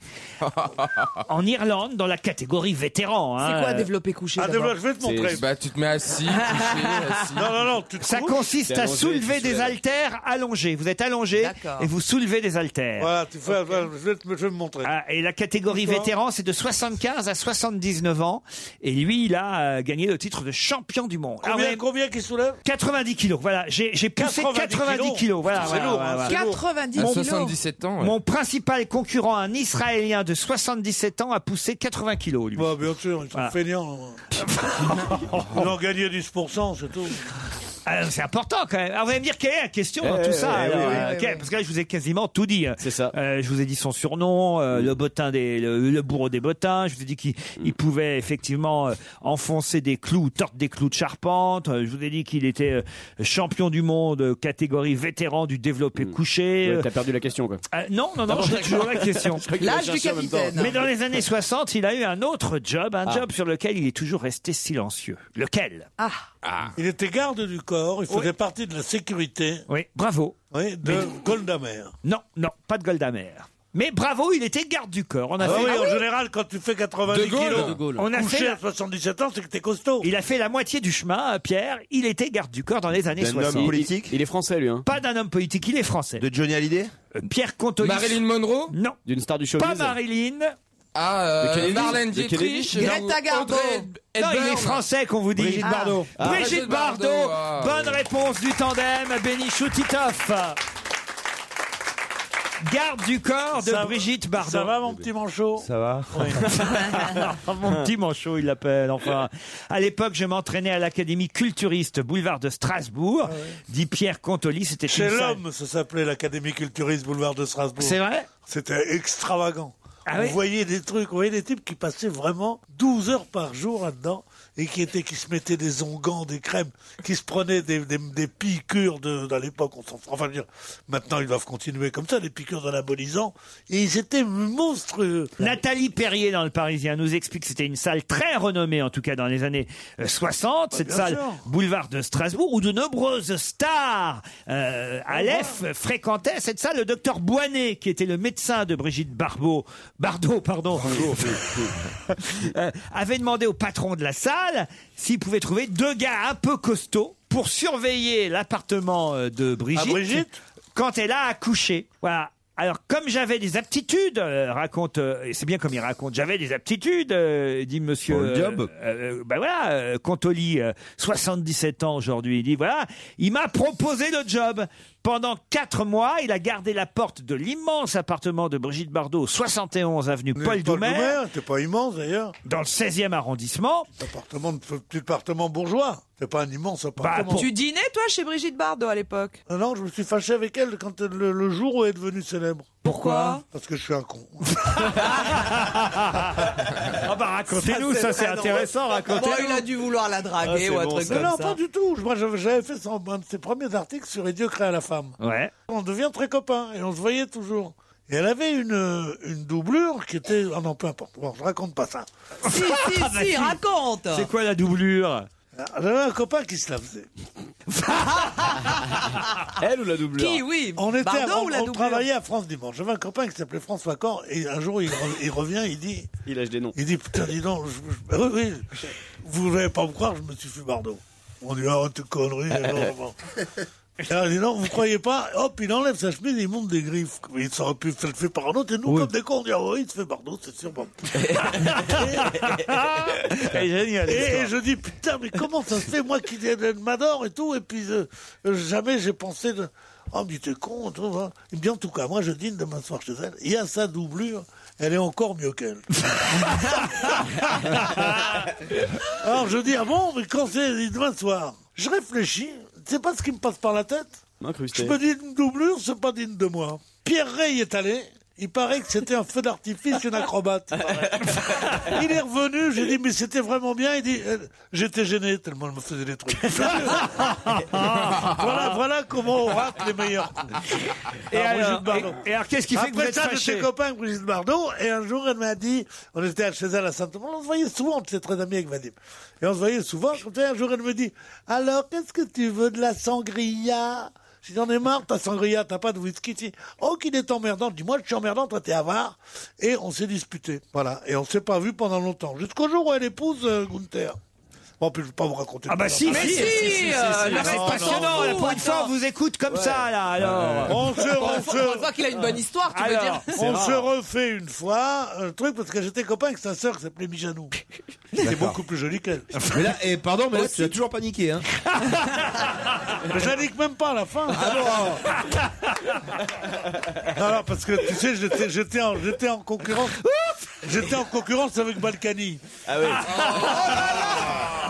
S4: en Irlande dans la catégorie vétéran.
S7: C'est quoi développer couché
S4: Ah,
S7: d'abord
S4: développer, je vais te montrer.
S3: Bah, tu te mets assis, couché, assis.
S4: Non, non, non, Ça consiste à soulever des
S3: haltères.
S4: haltères allongés. Vous êtes allongé
S5: D'accord.
S4: et vous soulevez des haltères.
S5: Voilà, tu fais, voilà, je, vais te, je vais me montrer.
S4: Ah, et la catégorie
S5: Pourquoi
S4: vétéran, c'est de 75 à 79 ans. Et lui, il a euh, gagné le titre de champion du monde.
S5: Combien-
S4: combien qu'il soulève 90 Ah kilos. Voilà, j'ai j'ai poussé
S5: 90
S4: 90, kilos.
S5: kilos.
S4: Voilà,
S5: C'est
S4: voilà,
S5: lourd,
S4: voilà,
S5: hein,
S4: voilà.
S5: c'est lourd. 90
S4: Mon-
S5: À 77
S3: ans, ouais.
S4: Mon principal concurrent, un Israélien de 77 ans, a poussé 80 kilos. Lui.
S5: Bah, bien sûr, ils sont
S4: Voilà.
S5: feignants. hein. Ils ont gagné 10%, c'est tout.
S4: Ah, c'est important quand même. Alors, vous allez me dire quelle est la question
S5: Eh,
S4: dans tout
S5: eh,
S4: ça
S5: eh,
S4: alors,
S5: oui, oui,
S4: euh,
S5: oui,
S4: quelle- Parce que là, je vous ai quasiment tout dit. C'est ça. je vous ai dit son surnom,
S10: Mm.
S4: euh, le bottin des, le, le bourreau des bottins. Je vous ai dit qu'il il pouvait effectivement euh, enfoncer des clous, ou tordre des clous de charpente. Euh, je vous ai dit qu'il était euh, champion du monde, euh, catégorie vétéran du développé couché.
S10: Mm. Ouais, t'as perdu la question, quoi.
S4: Euh, non, non,
S10: Ah
S4: non,
S10: bon,
S4: j'ai toujours la
S10: d'accord.
S4: question.
S10: Je croyais que L'âge tu cherchais du en même temps. capitaine.
S4: Mais dans les années 60, il a eu un autre job, un
S5: Ah.
S4: job sur lequel il est toujours resté silencieux. Lequel
S7: Ah.
S5: Il était garde du corps, il faisait partie de la sécurité.
S4: Oui, bravo.
S5: Oui, de Goldamer.
S4: Non, non, pas de Goldamer. Mais bravo, il était garde du corps. On a
S5: Ah
S4: fait
S5: oui, en général, quand tu fais 90
S4: De Gaulle.
S5: kilos,
S4: De Gaulle.
S5: On a
S4: Couché
S5: fait
S4: à
S5: à 77 ans, c'est que t'es costaud.
S4: Il a fait la moitié du chemin, euh, Pierre. Il était garde du corps dans les années
S5: D'un homme
S4: 60.
S5: politique
S4: Il est français, lui.
S6: hein.
S4: Pas d'un homme politique, il est français. De
S8: Johnny Hallyday
S4: Pierre Contoli.
S3: Marilyn Monroe
S4: Non.
S10: D'une star du showbiz
S4: Pas Marilyn.
S3: Ah, euh, Marlène Dietrich.
S4: Greta Garbo. Non, il est français qu'on vous dit.
S3: Brigitte
S4: Ah.
S3: Bardot. Ah,
S4: Brigitte
S3: Brigitte
S4: Bardot.
S3: Bardot, ah.
S4: Bonne réponse du tandem. Bénichou Titoff. Garde du corps de
S5: Ça va-
S4: Brigitte Bardot.
S5: ça va, mon petit manchot
S4: Ça va Ah, Mon petit manchot, il l'appelle, enfin. À l'époque, je m'entraînais à l'Académie culturiste boulevard de Strasbourg. Dit Pierre Contoli, c'était
S5: Ah Chez
S4: une salle-
S5: l'homme, ça s'appelait l'Académie culturiste boulevard de Strasbourg.
S4: C'est vrai
S5: C'était extravagant.
S4: Ah
S5: on
S4: oui
S5: voyait des trucs, on voyait des types qui passaient vraiment 12 heures par jour là-dedans et qui étaient, qui se mettaient des onguents, des crèmes, qui se prenaient des, des, des piqûres de, d'à l'époque, on s'en fout. Enfin, je veux dire, maintenant ils doivent continuer comme ça, des piqûres d'anabolisants. Et ils étaient monstrueux.
S4: Nathalie Perrier dans le Parisien nous explique que c'était une salle très renommée, en tout cas dans les années euh, 60. Cette
S5: bien
S4: salle
S5: sûr.
S4: boulevard de Strasbourg où de nombreuses stars euh, Aleph fréquentaient cette salle. Le docteur Boinet, qui était le médecin de Brigitte Barbeau, Bardot, pardon, euh, avait demandé au patron de la salle mal s'il pouvait trouver deux gars un peu costauds pour surveiller l'appartement euh, de Brigitte,
S5: Brigitte
S4: quand elle a accouché. Voilà. Alors, comme j'avais des aptitudes, euh, raconte, euh, et c'est bien comme il raconte, j'avais des aptitudes, euh, dit monsieur.
S8: Pour le job.
S4: euh, euh, ben voilà, euh, Contoli, euh, 77 ans aujourd'hui, il dit voilà, il m'a proposé le job. Pendant quatre mois, il a gardé la porte de l'immense appartement de Brigitte Bardot, 71 avenue Paul Doumer,
S5: C'est pas immense d'ailleurs.
S4: dans le 16e arrondissement.
S5: Appartement, de- petit appartement bourgeois. C'est pas un immense
S4: Bah,
S5: appartement.
S7: Tu dînais, toi, chez Brigitte Bardot à l'époque
S5: Non, non, je me suis fâché avec elle quand elle- le, le jour où elle est devenue célèbre. Pourquoi Parce que je suis un con.
S4: Ah bah racontez-nous, ça c'est intéressant,
S7: Bon,
S4: racontez-nous. Ah,
S7: il a dû vouloir la draguer ou un truc
S5: Mais
S7: comme
S5: non,
S7: ça.
S5: pas du tout. Moi, j'avais- j'avais fait son- un de ses premiers articles sur les dieux créés à la femme.
S4: Ouais.
S5: On devient très copains et on se voyait toujours. Et elle avait une, euh, une doublure qui était... Ah non, peu importe. Bon, je raconte pas ça.
S7: Si,
S4: Ah,
S7: si,
S4: bah
S7: si, raconte
S4: C'est quoi la doublure
S5: Ah, J'avais un copain qui se la faisait.
S6: Elle ou la doublure
S7: Qui, oui
S5: On était
S7: Bardot
S5: avant-
S7: ou la
S5: on
S7: doublure
S5: travaillait à France Dimanche. J'avais un copain qui s'appelait François Corr et un jour il, re- il revient, il dit
S6: Il lâche des noms.
S5: Il dit putain dis donc, je- je- bah oui, oui, vous n'allez pas me croire, je me suis fait Bardot. On dit ah tu connerie. alors, bon. Et là, il dit non, vous croyez pas Hop, il enlève sa chemise, il monte des griffes. Il s'aurait pu se le faire par un autre et nous comme des cons on dit ah oui, il se fait Bardot, c'est sûr. bon.
S4: C'est génial.
S5: Et,
S4: l'histoire.
S5: et je dis putain mais comment ça se fait moi qui viens de m'adore et tout et puis euh, euh, jamais j'ai pensé de oh mais t'es con tout, hein. Il me dit en tout cas moi je dîne demain soir chez elle il y a sa doublure elle est encore mieux qu'elle alors je dis ah bon mais quand c'est Il dit, demain soir je réfléchis c'est pas ce qui me passe par la tête je
S6: Incrusté.
S5: me dis une doublure, c'est pas digne de moi. Pierre Rey est allé. Il paraît que c'était un feu d'artifice, une acrobate. il paraît. Il est revenu, j'ai dit, mais c'était vraiment bien. Il dit, euh, j'étais gêné tellement elle me faisait des trucs. Ah, voilà, voilà comment on rate les meilleurs coups.
S4: Et
S5: Ah,
S4: alors,
S5: Brigitte Bardot.
S4: et- et alors, qu'est-ce qui fait que vous
S5: Après
S4: êtes
S5: ça,
S4: fâché
S5: j'étais copain avec Brigitte Bardot, et un jour, elle m'a dit, on était à chez elle à saint on se voyait souvent, on était très amis avec Vadim. Et on se voyait souvent, comme ça, un jour, elle me dit, alors, qu'est-ce que tu veux de la sangria? Si j'en ai marre, ta sangria, t'as pas de whisky. Si. Oh, qu'il est emmerdant. Dis-moi, je suis emmerdant, toi, t'es avare. Et on s'est disputé. Voilà. Et on s'est pas vu pendant longtemps. Jusqu'au jour où elle épouse euh, Gunther. Bon, puis je vais pas vous raconter.
S4: Ah bah
S5: tout
S4: si,
S5: ça.
S4: si, si, euh, si, si, si, si. Non, non, non, pour une fois, on vous écoute comme ça, là, alors.
S5: On se,
S4: Pour
S5: on
S4: une fois-
S5: se-
S4: pour une fois qu'il a une bonne histoire, tu veux
S5: Alors,
S4: dire. C'est
S5: On
S4: rare.
S5: se refait une fois un truc parce que j'étais copain avec sa sœur qui s'appelait Mijanou. C'est beaucoup plus joli qu'elle.
S8: Mais là, et pardon, mais là, tu as toujours paniqué, hein.
S5: Mais je la nique même pas à la fin.
S4: Ah
S5: non, non, parce que tu sais, j'étais, j'étais, en, j'étais en concurrence. J'étais en concurrence avec Balkany.
S6: Ah oui.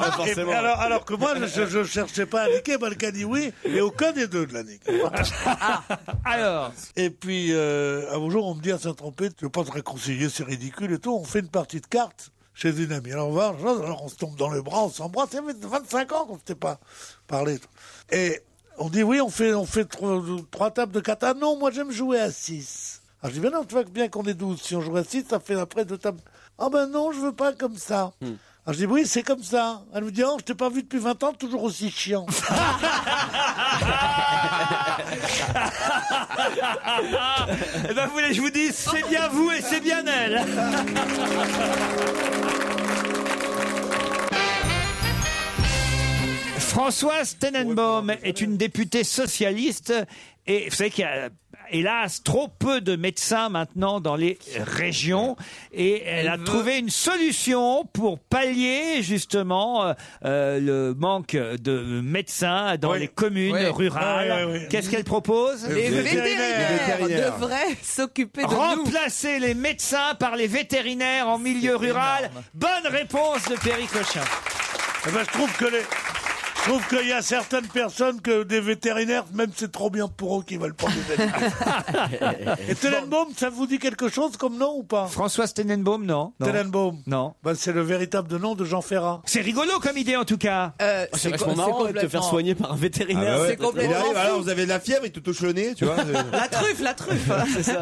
S5: Ah, Et puis, alors, alors que moi, je, je cherchais pas à niquer Balkany, oui, et aucun des deux de la nique.
S4: alors.
S5: Et puis, euh, un jour, on me dit à Saint-Trompé, tu veux pas te réconcilier, c'est ridicule et tout, on fait une partie de cartes chez une amie. Alors, on va, alors on se tombe dans les bras, on s'embrasse, ça fait 25 ans qu'on ne s'était pas parlé. Et on dit, oui, on fait, on fait trois, trois tables de cartes. Ah non, moi, j'aime jouer à 6. Alors, je dis, mais non, tu vois que bien qu'on est 12, si on joue à 6, ça fait après deux tables. Ah ben non, je veux pas comme ça. Alors, je dis, oui, c'est comme ça. Elle me dit, oh, je t'ai pas vu depuis 20 ans, toujours aussi chiant.
S4: Eh ben, vous voulez que je vous dise, c'est bien vous et c'est bien elle. Françoise Tenenbaum est une députée socialiste et vous savez qu'il y a hélas trop peu de médecins maintenant dans les régions et elle a trouvé une solution pour pallier justement euh, euh, le manque de médecins dans les communes
S5: Oui.
S4: rurales.
S5: Oui, oui, oui.
S4: Qu'est-ce qu'elle propose
S7: Les vétérinaires, devraient s'occuper de nous.
S4: Remplacer les médecins par les vétérinaires en milieu rural. Bonne réponse de Perry Cochin.
S5: Eh ben, je trouve que les. Je trouve qu'il y a certaines personnes que des vétérinaires, même c'est trop bien pour eux qu'ils veulent pas des animaux. Et Tenenbaum, ça vous dit quelque chose comme nom ou pas
S4: Françoise Tenenbaum, non, non.
S5: Tenenbaum
S4: Non.
S5: Ben, c'est le véritable nom de Jean Ferrat.
S4: C'est rigolo comme idée en tout cas.
S7: Euh,
S6: Ah, C'est
S7: co- Ah
S6: vachement marrant de te faire soigner par un vétérinaire.
S8: ouais.
S7: C'est
S8: Il
S7: complètement
S8: arrive,
S7: fou.
S8: alors vous avez de la fièvre, il te touche le nez, tu vois.
S7: La truffe, la truffe.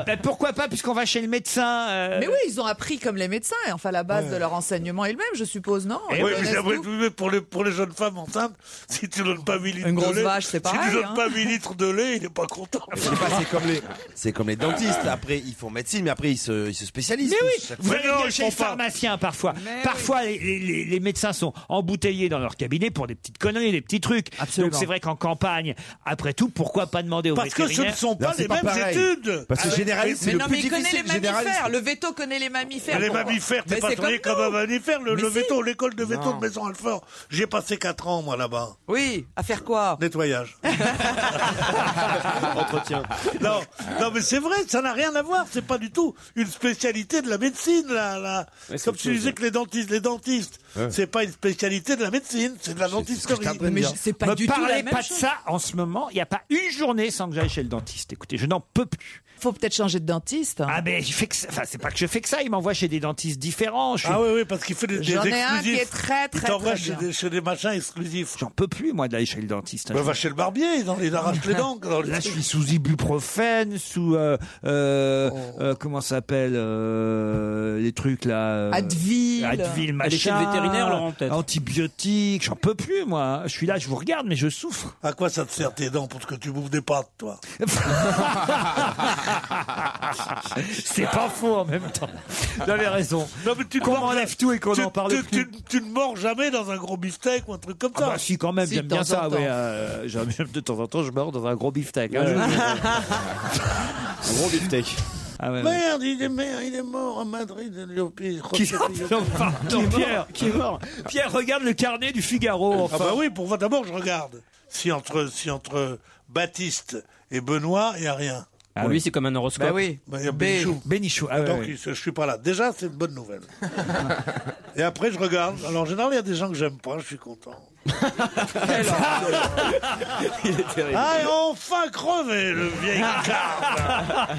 S4: Ben, pourquoi pas puisqu'on va chez le médecin. euh,
S7: Mais oui, ils ont appris comme les médecins, enfin la base de leur enseignement est le même, je suppose, non Ils
S5: Eh Oui, mais
S7: connaissent
S5: j'aimerais-
S7: tout.
S5: mais pour, les, pour les jeunes femmes enceintes, Si tu donnes pas 8 litres
S7: Une
S5: de
S7: grosse
S5: lait,
S7: vache, c'est
S5: si
S7: pareil,
S5: tu donnes
S7: hein. Ah,
S5: pas 8 litres de lait, il est pas content.
S8: c'est comme les, c'est comme les dentistes. Après, ils font médecine, mais après, ils se, ils se spécialisent.
S4: Mais
S8: tous,
S4: oui,
S8: chaque
S4: vous
S8: fois.
S4: allez bien chez les pharmaciens parfois. parfois, les, les- les médecins sont embouteillés dans leur cabinet pour des petites conneries, des petits trucs. Donc c'est vrai qu'en campagne, après tout, pourquoi pas demander aux
S5: Parce que ce
S4: vétérinaires
S5: ne sont pas Non, c'est les pas mêmes pareil. études. Ah Parce que généraliste,
S7: Mais non, mais il connaît les mammifères. Le veto connaît les mammifères.
S5: Les
S7: pourquoi
S5: mammifères, t'es
S7: Mais
S5: pas
S7: c'est
S5: traité
S7: comme
S5: comme un
S7: nous.
S5: mammifère. Le,
S7: Mais
S5: le
S7: si.
S5: veto, l'école de veto
S7: Non.
S5: de Maison Alfort. J'ai passé 4 ans, moi, là-bas.
S7: Oui, à faire quoi
S5: Nettoyage.
S6: Entretien.
S5: Non, non mais c'est vrai, ça n'a rien à voir. C'est pas du tout une spécialité de la médecine, là. là.
S6: Ouais, c'est
S5: Comme
S6: autre
S5: tu
S6: chose,
S5: disais
S6: ouais.
S5: que les dentistes, les dentistes,
S6: Ouais.
S5: c'est pas une spécialité de la médecine, c'est de la dentisterie.
S4: Me parlez pas de ça en ce moment. Il n'y a pas une journée sans que j'aille chez le dentiste. Écoutez, je n'en peux plus.
S7: Faut peut-être changer de dentiste. hein.
S4: Ah ben, je fais que ça. Enfin, c'est pas que je fais que ça. Il m'envoie chez des dentistes différents. Je suis-
S5: Ah oui, oui, parce qu'il fait des, des
S7: J'en ai
S5: exclusifs.
S7: un qui est très,
S5: Il
S7: très,
S5: t'envoie
S7: très
S5: chez,
S7: bien.
S5: des- chez des machins exclusifs.
S4: J'en peux plus, moi, d'aller chez le dentiste.
S5: Bah, va chez le barbier, ils en- ils arrachent les dents. dans les
S4: Là, je
S5: trucs.
S4: suis sous ibuprofène, sous euh, euh,
S10: Oh.
S4: euh, comment ça s'appelle euh, les trucs là. euh,
S7: Advil.
S4: Advil,
S10: Allez chez le
S4: machin.
S10: vétérinaire, Laurent, peut-être.
S4: Antibiotiques, j'en peux plus, moi. Je suis là, je vous regarde, mais je souffre.
S5: À quoi ça te sert tes dents pour que tu bouffes des pâtes, toi
S4: C'est pas faux en même temps. Vous avez raison.
S5: Non, mais tu ne
S4: Qu'on
S5: mords-
S4: enlève tout et qu'on
S5: tu-
S4: en parle
S5: tu-
S4: plus.
S5: Tu, tu ne mords jamais dans un gros beefsteak ou un truc comme
S4: Ah
S5: ça.
S4: bah si quand même, j'aime bien ça. Ouais, euh, j'aime- de temps en temps, je meurs dans un gros beefsteak. hein.
S6: Gros beefsteak.
S4: Ah ouais, ouais.
S5: Merde, il est, merde, il est mort à Madrid. Léopi-
S4: Qui- Non, pardon,
S5: Qui est
S4: Pierre, qui est mort. Pierre, regarde le carnet du Figaro. Enfin.
S5: Ah bah oui, pour voir d'abord, je regarde. Si entre, si entre Baptiste et Benoît, il n'y a rien.
S10: Ah, lui, c'est comme un horoscope.
S5: Bah, il y a Bénichou.
S4: Bénichou, ah ouais,
S5: Donc,
S4: ouais.
S5: il- je suis pas là. Déjà, c'est une bonne nouvelle. et après, je regarde. Alors, en général, il y a des gens que j'aime pas, je suis content.
S6: Il est terrible.
S5: Ah, et enfin crevé, le vieil carne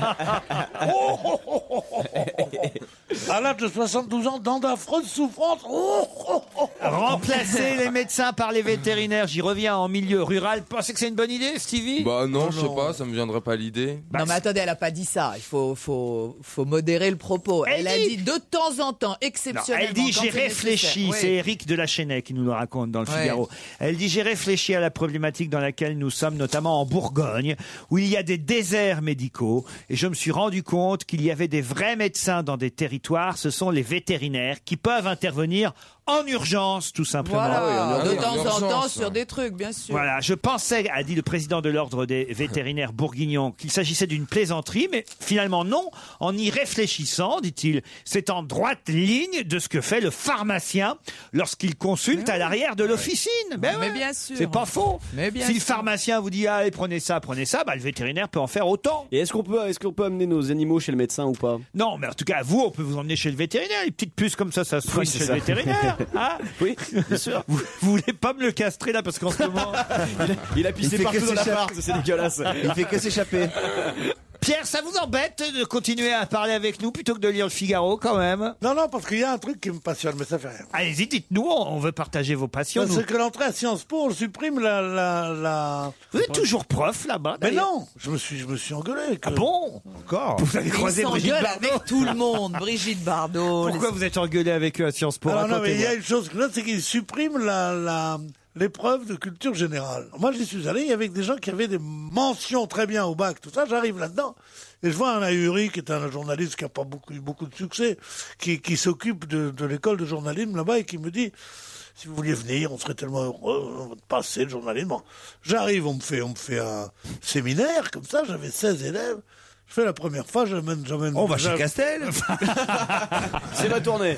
S5: Oh, oh, oh, oh, oh, oh, oh. À l'âge de 72 ans, dans d'affreuses souffrances. Oh, oh, oh, oh.
S4: Remplacer les médecins par les vétérinaires, j'y reviens en milieu rural. Pensez que c'est une bonne idée, Stevie
S3: Bah non, je sais pas, ça me viendrait pas à l'idée.
S7: non mais attendez, elle a pas dit ça. Il faut, faut, faut modérer le propos. Elle, a dit de temps en temps,
S4: Non,
S7: exceptionnellement.
S4: elle dit
S7: quand
S4: j'ai
S7: c'est
S4: réfléchi,
S7: nécessaire.
S4: c'est
S7: Oui.
S4: Eric de Lachenet qui nous le raconte dans le
S7: Ouais.
S4: Figaro. Elle dit j'ai réfléchi à la problématique dans laquelle nous sommes, notamment en Bourgogne, où il y a des déserts médicaux, et je me suis rendu compte qu'il y avait des vrais médecins dans des territoires, ce sont les vétérinaires qui peuvent intervenir en urgence tout simplement.
S7: Voilà, de temps Ah en temps
S4: urgence,
S7: sur des trucs, bien sûr.
S4: Voilà, je pensais, a dit le président de l'ordre des vétérinaires bourguignons, qu'il s'agissait d'une plaisanterie, mais finalement non. En y réfléchissant, dit-il, c'est en droite ligne de ce que fait le pharmacien lorsqu'il consulte à l'arrière de l'officine. Ben
S7: Mais
S4: ouais,
S7: bien sûr.
S4: C'est pas faux.
S7: Mais bien
S4: si le
S7: sûr.
S4: pharmacien vous dit allez prenez ça, prenez ça, bah, le vétérinaire peut en faire autant.
S6: Et est-ce qu'on peut, est-ce qu'on peut amener nos animaux chez le médecin ou pas
S4: Non, mais en tout cas, vous, on peut vous emmener chez le vétérinaire. Les petites puces comme ça, ça se
S6: Oui,
S4: soigne
S6: c'est
S4: chez
S6: ça.
S4: le vétérinaire. hein
S6: oui, bien sûr.
S4: vous, vous voulez pas me le castrer là parce qu'en ce moment.
S6: Il a, il a
S8: Il
S6: pissé
S8: fait
S6: partout
S8: que
S6: dans
S8: s'échapper.
S6: l'appart, c'est dégueulasse.
S8: Il fait que s'échapper.
S4: Pierre, ça vous embête de continuer à parler avec nous plutôt que de lire le Figaro quand même
S5: Non, non, parce qu'il y a un truc qui me passionne, mais ça fait rien.
S4: Allez-y, dites-nous, on on veut partager vos passions.
S5: C'est
S4: nous.
S5: que l'entrée à Sciences Po, on supprime la. la, la-
S4: Vous êtes toujours prof là-bas
S5: Mais
S4: d'ailleurs.
S5: non, je me suis, je me suis engueulé. avec
S4: Ah
S5: eux.
S4: bon Encore Vous avez
S7: Il
S4: croisé Brigitte
S7: s'engueule
S4: Bardot
S7: avec tout le monde, Brigitte Bardot.
S4: Pourquoi vous êtes engueulé avec eux à Sciences Po
S5: Alors non, mais il y a
S4: Racontez-moi.
S5: une chose que là, c'est qu'ils suppriment la, la- l'épreuve de culture générale. Moi, j'y suis allé, il y avait des gens qui avaient des mentions très bien au bac, tout ça. J'arrive là-dedans et je vois un ahuri qui est un journaliste qui a pas beaucoup, eu beaucoup de succès, qui, qui s'occupe de, de l'école de journalisme là-bas et qui me dit. Si vous vouliez venir, on serait tellement heureux, on va te passer le journalisme. Bon, J'arrive, on me fait, on me fait un séminaire, comme ça, j'avais 16 élèves. Je fais la première fois, j'amène, j'amène.
S8: On va Oh, bah, chez
S5: j'a-
S8: Castel.
S6: C'est ma tournée.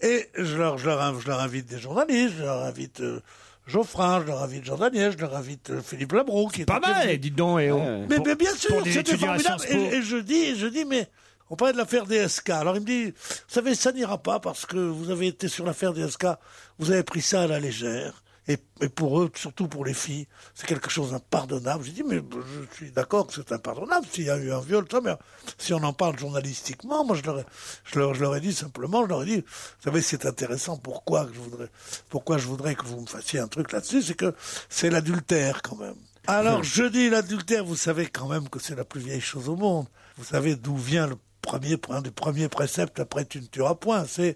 S5: et je leur, je, leur, je leur invite des journalistes, je leur invite euh, Geoffrin, je leur invite Jean Daniel, je leur invite euh, Philippe Labro. Qui est
S4: Pas
S5: était
S4: mal,
S5: venu.
S4: Ah, dites donc. Et on...
S5: Mais,
S4: pour-
S5: mais bien
S4: pour
S5: sûr,
S4: des
S5: c'était
S4: étudiants à
S5: formidable.
S4: Sciences Po.
S5: Et, et je dis, et je dis, mais on parlait de l'affaire DSK. Alors il me dit, vous savez, ça n'ira pas parce que vous avez été sur l'affaire DSK, vous avez pris ça à la légère. Et, et pour eux, surtout pour les filles, c'est quelque chose d'impardonnable. J'ai dit, mais je suis d'accord que c'est impardonnable s'il y a eu un viol, ça, mais si on en parle journalistiquement, moi je leur, ai- je leur, je leur ai dit simplement, je leur ai dit, vous savez, c'est intéressant, pourquoi que je voudrais, pourquoi je voudrais que vous me fassiez un truc là-dessus, c'est que c'est l'adultère quand même. Alors, je dis l'adultère, vous savez quand même que c'est la plus vieille chose au monde. Vous savez d'où vient le premier, un des premiers préceptes après tu ne tueras point, c'est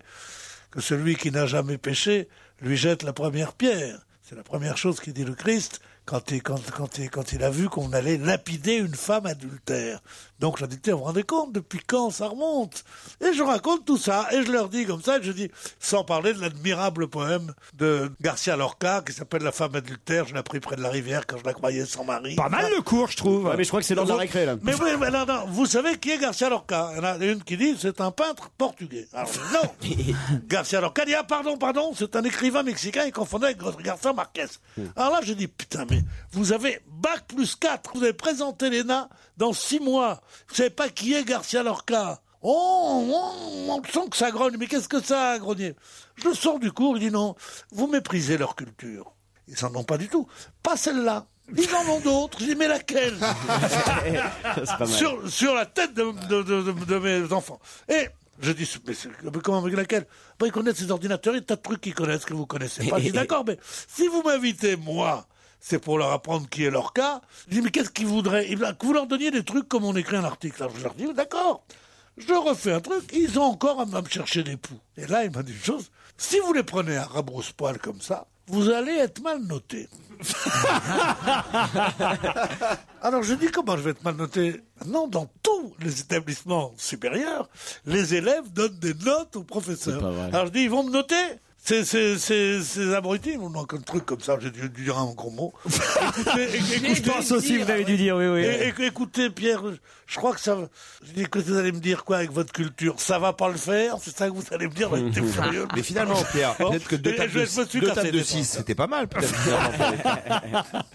S5: que celui qui n'a jamais péché lui jette la première pierre. C'est la première chose qu'il dit le Christ quand il, quand, quand il- quand il a vu qu'on allait lapider une femme adultère. Donc j'ai dit, Tiens, vous vous rendez compte, depuis quand ça remonte Et je raconte tout ça, et je leur dis comme ça, et je dis, sans parler de l'admirable poème de Garcia Lorca qui s'appelle La femme adultère, je l'ai appris près de la rivière quand je la croyais sans mari.
S4: Pas mal le cours, je trouve.
S5: Ouais, mais je crois que c'est l'heure de la récré,
S6: là.
S5: Mais oui, mais non, non, vous savez qui est Garcia Lorca Il y en a une qui dit c'est un peintre portugais. Alors non Garcia Lorca dit ah pardon, pardon, c'est un écrivain mexicain et confondait avec votre Garcia Marquez. Mmh. Alors là, je dis putain, mais vous avez bac plus 4, vous avez présenté l'ENA dans 6 mois, vous savez pas qui est Garcia Lorca Oh, oh, on sent que ça grogne, mais qu'est-ce que ça, grogner Je le sors du cours, il dit non, vous méprisez leur culture. Ils s'en ont pas du tout. Pas celle-là. Ils en ont d'autres. Je dis, mais laquelle
S6: C'est pas mal.
S5: sur, sur la tête de, de- de- de- de mes enfants. Et je dis, mais, c'est- mais comment avec laquelle Bah, Ils connaissent ces ordinateurs, il y a tas de trucs qu'ils connaissent que vous connaissez pas. Je dis, d'accord, mais si vous m'invitez, moi, c'est pour leur apprendre qui est leur cas. Je dis, mais qu'est-ce qu'ils voudraient Ils veulent Que vous leur donniez des trucs comme on écrit un article. Alors je leur dis, d'accord. Je refais un truc, ils ont encore à me chercher des poux. Et là, il m'a dit une chose, si vous les prenez à rabrousse-poil comme ça, vous allez être mal noté. Alors je dis comment je vais être mal noté Non, dans tous les établissements supérieurs, les élèves donnent des notes aux professeurs.
S6: C'est pas vrai.
S5: Alors je dis, ils vont me noter ces, ces, ces, ces abrutis, ils vont me manquer un truc comme ça, j'ai dû dire un gros mot. écoutez, éc- écoutez,
S4: Je pense aussi, vous avez dû dire, oui, oui.
S5: É- éc- écoutez, Pierre, je- je crois que ça va. Je dis que vous allez me dire quoi avec votre culture Ça va pas le faire C'est ça que vous allez me dire mais t'es furieux.
S8: Mais finalement, Pierre, peut-être que deux
S5: Et
S8: tables
S5: je-
S8: de,
S5: je me suis
S8: deux
S5: cassé
S8: tables de
S5: les
S8: six,
S5: dents.
S8: c'était pas mal, peut-être. finalement, pour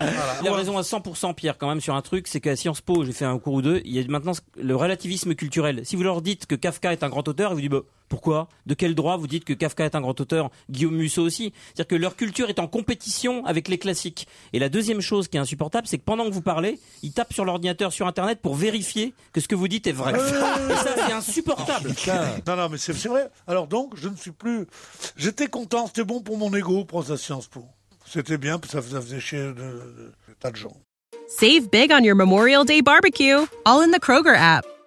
S8: les-
S10: Il a raison à 100% Pierre quand même sur un truc, c'est qu'à Sciences Po, j'ai fait un cours ou deux, il y a maintenant le relativisme culturel. Si vous leur dites que Kafka est un grand auteur, ils vous disent bah, pourquoi De quel droit vous dites que Kafka est un grand auteur Guillaume Musso aussi. C'est-à-dire que leur culture est en compétition avec les classiques. Et la deuxième chose qui est insupportable, c'est que pendant que vous parlez, ils tapent sur l'ordinateur, sur Internet pour vérifier que ce que vous dites est vrai. Et ça, c'est
S6: Ah,
S10: insupportable.
S5: Ah, Non, non, mais c'est c'est vrai. Alors donc, je ne suis plus. J'étais content, c'était bon pour mon ego, pour sa Sciences Po. C'était bien, parce que ça faisait- ça faisait chier de- de- des tas de gens.
S15: Save big on your Memorial Day barbecue, all in the Kroger app.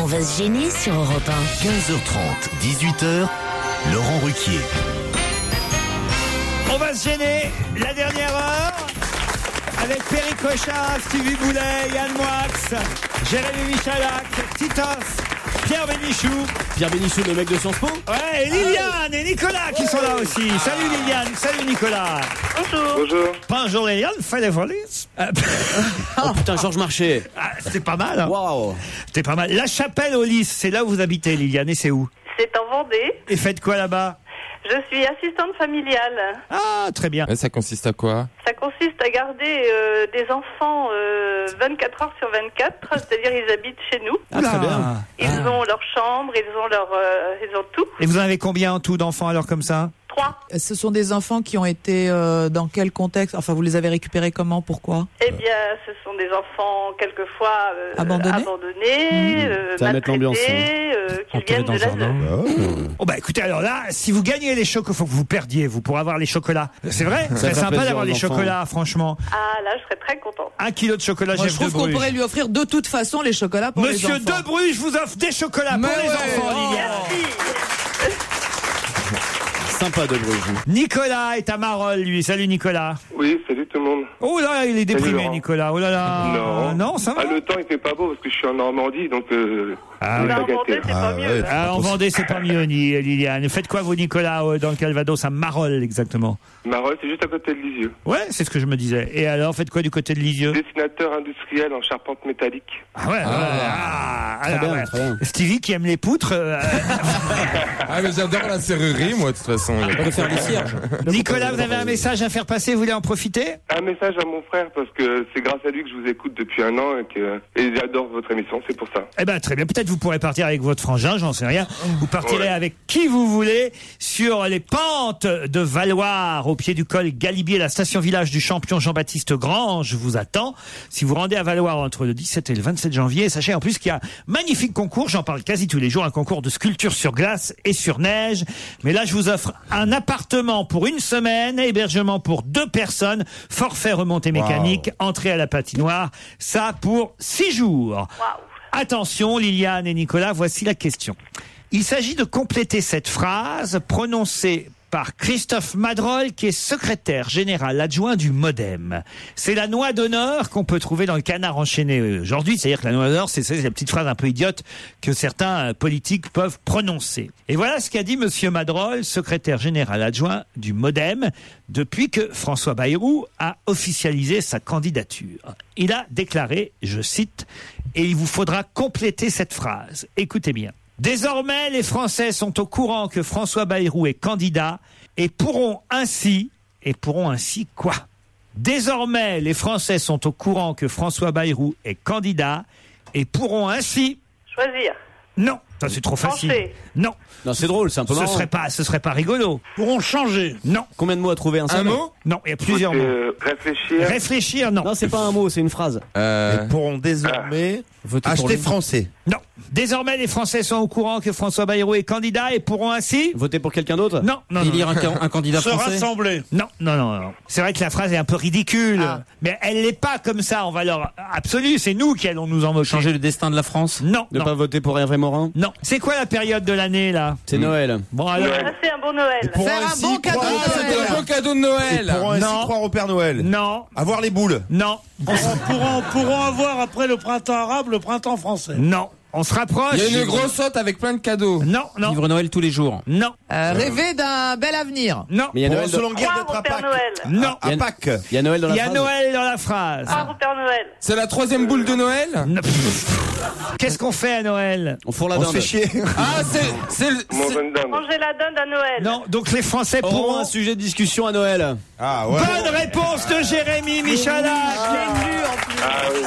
S1: On va se gêner sur Europe 1.
S2: 15h30, 18h, Laurent Ruquier.
S4: On va se gêner la dernière heure avec Perry Cochin, Stevie Boulet, Yann Moix, Jérémy Michalak, Titoff, Pierre Bénichou.
S6: Pierre Bénichou, le mec de Sciences Po
S4: Ouais, et Liliane et Nicolas qui sont là aussi. Salut Liliane, salut Nicolas. Bonjour. Bonjour. Bonjour Liliane, fallait voler.
S6: Oh putain, Georges Marchais
S4: Euh, C'était pas mal. hein.
S6: Waouh
S4: C'était pas mal. La Chapelle aux Lys, c'est là où vous habitez Liliane et c'est où
S12: C'est en Vendée.
S4: Et faites quoi là-bas
S12: Je suis assistante familiale.
S4: Ah, très bien.
S3: ça consiste à quoi
S12: Ça consiste à garder euh, des enfants euh, 24 heures sur 24, c'est-à-dire ils habitent chez nous.
S8: Ah,
S4: Oula.
S12: Ils ont leur chambre, ils ont leur, euh, ils ont tout.
S4: Et vous en avez combien en tout d'enfants alors comme ça
S7: Ce sont des enfants qui ont été euh, dans quel contexte Enfin, vous les avez récupérés comment Pourquoi
S12: Eh bien, ce sont des enfants quelquefois euh,
S7: Abandonnés
S8: Mmh.
S12: abandonnés, euh,
S4: Ça va mettre l'ambiance, hein.
S12: maltraités, euh, qui viennent de la
S6: Hmm.
S4: Oh bah écoutez alors là, si vous gagnez les chocos, faut que vous perdiez vous pour avoir les chocolats. C'est vrai,
S6: Ça
S4: c'est
S6: fait
S4: sympa
S6: plaisir
S4: d'avoir
S6: aux
S4: les
S6: enfants.
S4: chocolats, franchement.
S12: Ah là, je serais très contente.
S4: Un kilo de chocolat,
S7: Moi,
S4: Jeff
S7: je trouve
S4: Debruge.
S7: qu'on pourrait lui offrir de toute façon les chocolats pour les
S4: Monsieur
S7: enfants.
S4: De Bruges vous offre des chocolats
S7: Mais
S4: pour les
S7: ouais.
S4: enfants, Liliane.
S6: Sympa de Bruges.
S4: Nicolas est à Marolles, lui. Salut Nicolas.
S16: Oui, salut tout le monde.
S4: Oh là, il est
S16: Salut,
S4: déprimé,
S16: Laurent.
S4: Nicolas. Oh là là.
S16: non.
S4: Non, ça va.
S16: Ah, le temps, il fait pas beau parce que je suis en Normandie, donc. Euh,
S4: Ah,
S16: on
S4: ouais.
S16: est pas
S4: En
S16: gâtés.
S4: Ah, en Vendée, c'est pas mieux, ni Liliane. Faites quoi, vous, Nicolas, euh, dans le Calvados, à Marolles, exactement
S16: Marolles, c'est juste à côté de Lisieux.
S4: Ouais, c'est ce que je me disais. Et alors, faites quoi du côté de Lisieux
S16: Dessinateur industriel en charpente métallique.
S4: Ah ouais, ouais, ah, Ah, ouais. Stevie qui aime les poutres. euh,
S3: Ah, mais j'adore la serrurerie, moi, de toute façon. Il y a pas de
S4: préfère les
S3: problème.
S4: Nicolas, vous avez un message à faire passer, vous voulez en profiter
S16: Un message à mon frère parce que c'est grâce à lui que je vous écoute depuis un an et que et j'adore votre émission, c'est pour ça.
S4: Eh ben très bien, peut-être vous pourrez partir avec votre frangin, j'en sais rien. Vous partirez avec qui vous voulez sur les pentes de Valoir, au pied du col Galibier, la station village du champion Jean-Baptiste Grange vous attend. Si vous rendez à Valoir entre le 17 et le 27 janvier, sachez en plus qu'il y a un magnifique concours, j'en parle quasi tous les jours, un concours de sculpture sur glace et sur neige. Mais là, je vous offre un appartement pour une semaine, hébergement pour deux personnes, forfait remontée mécanique, entrée à la patinoire, ça pour six jours. Attention, Liliane et Nicolas, voici la question. Il s'agit de compléter cette phrase prononcée par Christophe Madrol, qui est secrétaire général adjoint du Modem. C'est la noix d'honneur qu'on peut trouver dans le canard enchaîné euh, aujourd'hui. C'est-à-dire que la noix d'honneur, c'est c'est la petite phrase un peu idiote que certains euh, politiques peuvent prononcer. Et voilà ce qu'a dit Monsieur Madrol, secrétaire général adjoint du Modem, depuis que François Bayrou a officialisé sa candidature. Il a déclaré, je cite, et il vous faudra compléter cette phrase. Écoutez bien. Désormais, les Français sont au courant que François Bayrou est candidat et pourront ainsi, et pourront ainsi quoi Désormais, les Français sont au courant que François Bayrou est candidat et pourront ainsi
S17: Choisir.
S4: non, ça c'est trop facile.
S17: Penser.
S4: Non.
S6: Non, c'est drôle, c'est un peu
S4: Ce
S6: marrant.
S4: serait pas, ce serait pas rigolo. Pourront changer. Non.
S6: Combien de mots à trouver Un,
S4: Un
S6: seul
S4: mot Non, il y a plusieurs mots.
S16: Euh, réfléchir.
S4: Réfléchir, non.
S6: Non, c'est pas un mot, c'est une phrase.
S8: Ils pourront désormais
S6: Voter pour
S8: acheter
S6: lui.
S8: français.
S4: Non. Désormais, les Français sont au courant que François Bayrou est candidat et pourront ainsi
S6: Voter pour quelqu'un d'autre
S4: Non, non, non.
S6: Élire un can- un candidat Se français
S4: rassembler. Non, non, non. non. C'est vrai que la phrase est un peu ridicule,
S6: Ah.
S4: mais elle n'est pas comme ça en valeur absolue. C'est nous qui allons nous en moquer.
S10: Changer le destin de la France
S4: Non.
S6: Ne
S4: non.
S6: pas voter pour Hervé Morin
S4: Non. C'est quoi la période de l'année là
S6: C'est Noël.
S4: Bon alors.
S17: Passer un bon Noël.
S8: Faire un bon cadeau
S3: C'est un beau cadeau de
S8: Ils
S3: Noël.
S8: pourront ainsi
S4: Non.
S8: croire au Père Noël.
S4: Non.
S8: Avoir les boules.
S4: Non.
S11: Pourront, pourront, pourront avoir après le printemps arabe le printemps français.
S4: Non. On se rapproche.
S3: Il y a une grosse hotte avec plein de cadeaux.
S4: Non, non.
S10: Vivre Noël tous les jours.
S4: Non.
S7: Euh, rêver d'un bel avenir.
S4: Non.
S6: Mais il y a
S8: Pour
S6: Noël dans-
S8: selon guerre d'être à Pâques.
S4: Non.
S8: À Pâques.
S6: Il y a Noël dans la
S4: Il y a
S6: phrase.
S4: Noël dans la phrase.
S17: Croire au Père Noël.
S3: C'est la troisième boule de Noël
S4: Non. Qu'est-ce qu'on fait à Noël
S6: On fourre la
S8: On se
S6: dinde.
S8: fait chier.
S3: Ah, c'est- c'est le.
S16: Mon
S3: c'est-
S16: bonne dame.
S17: Manger la dinde à Noël.
S4: Non. Donc les Français
S6: Aurons
S4: pourront.
S6: un sujet de discussion à Noël.
S8: Ah ouais.
S4: Bonne réponse de Jérémy
S8: Ah
S4: Michalak.
S16: Ah oui.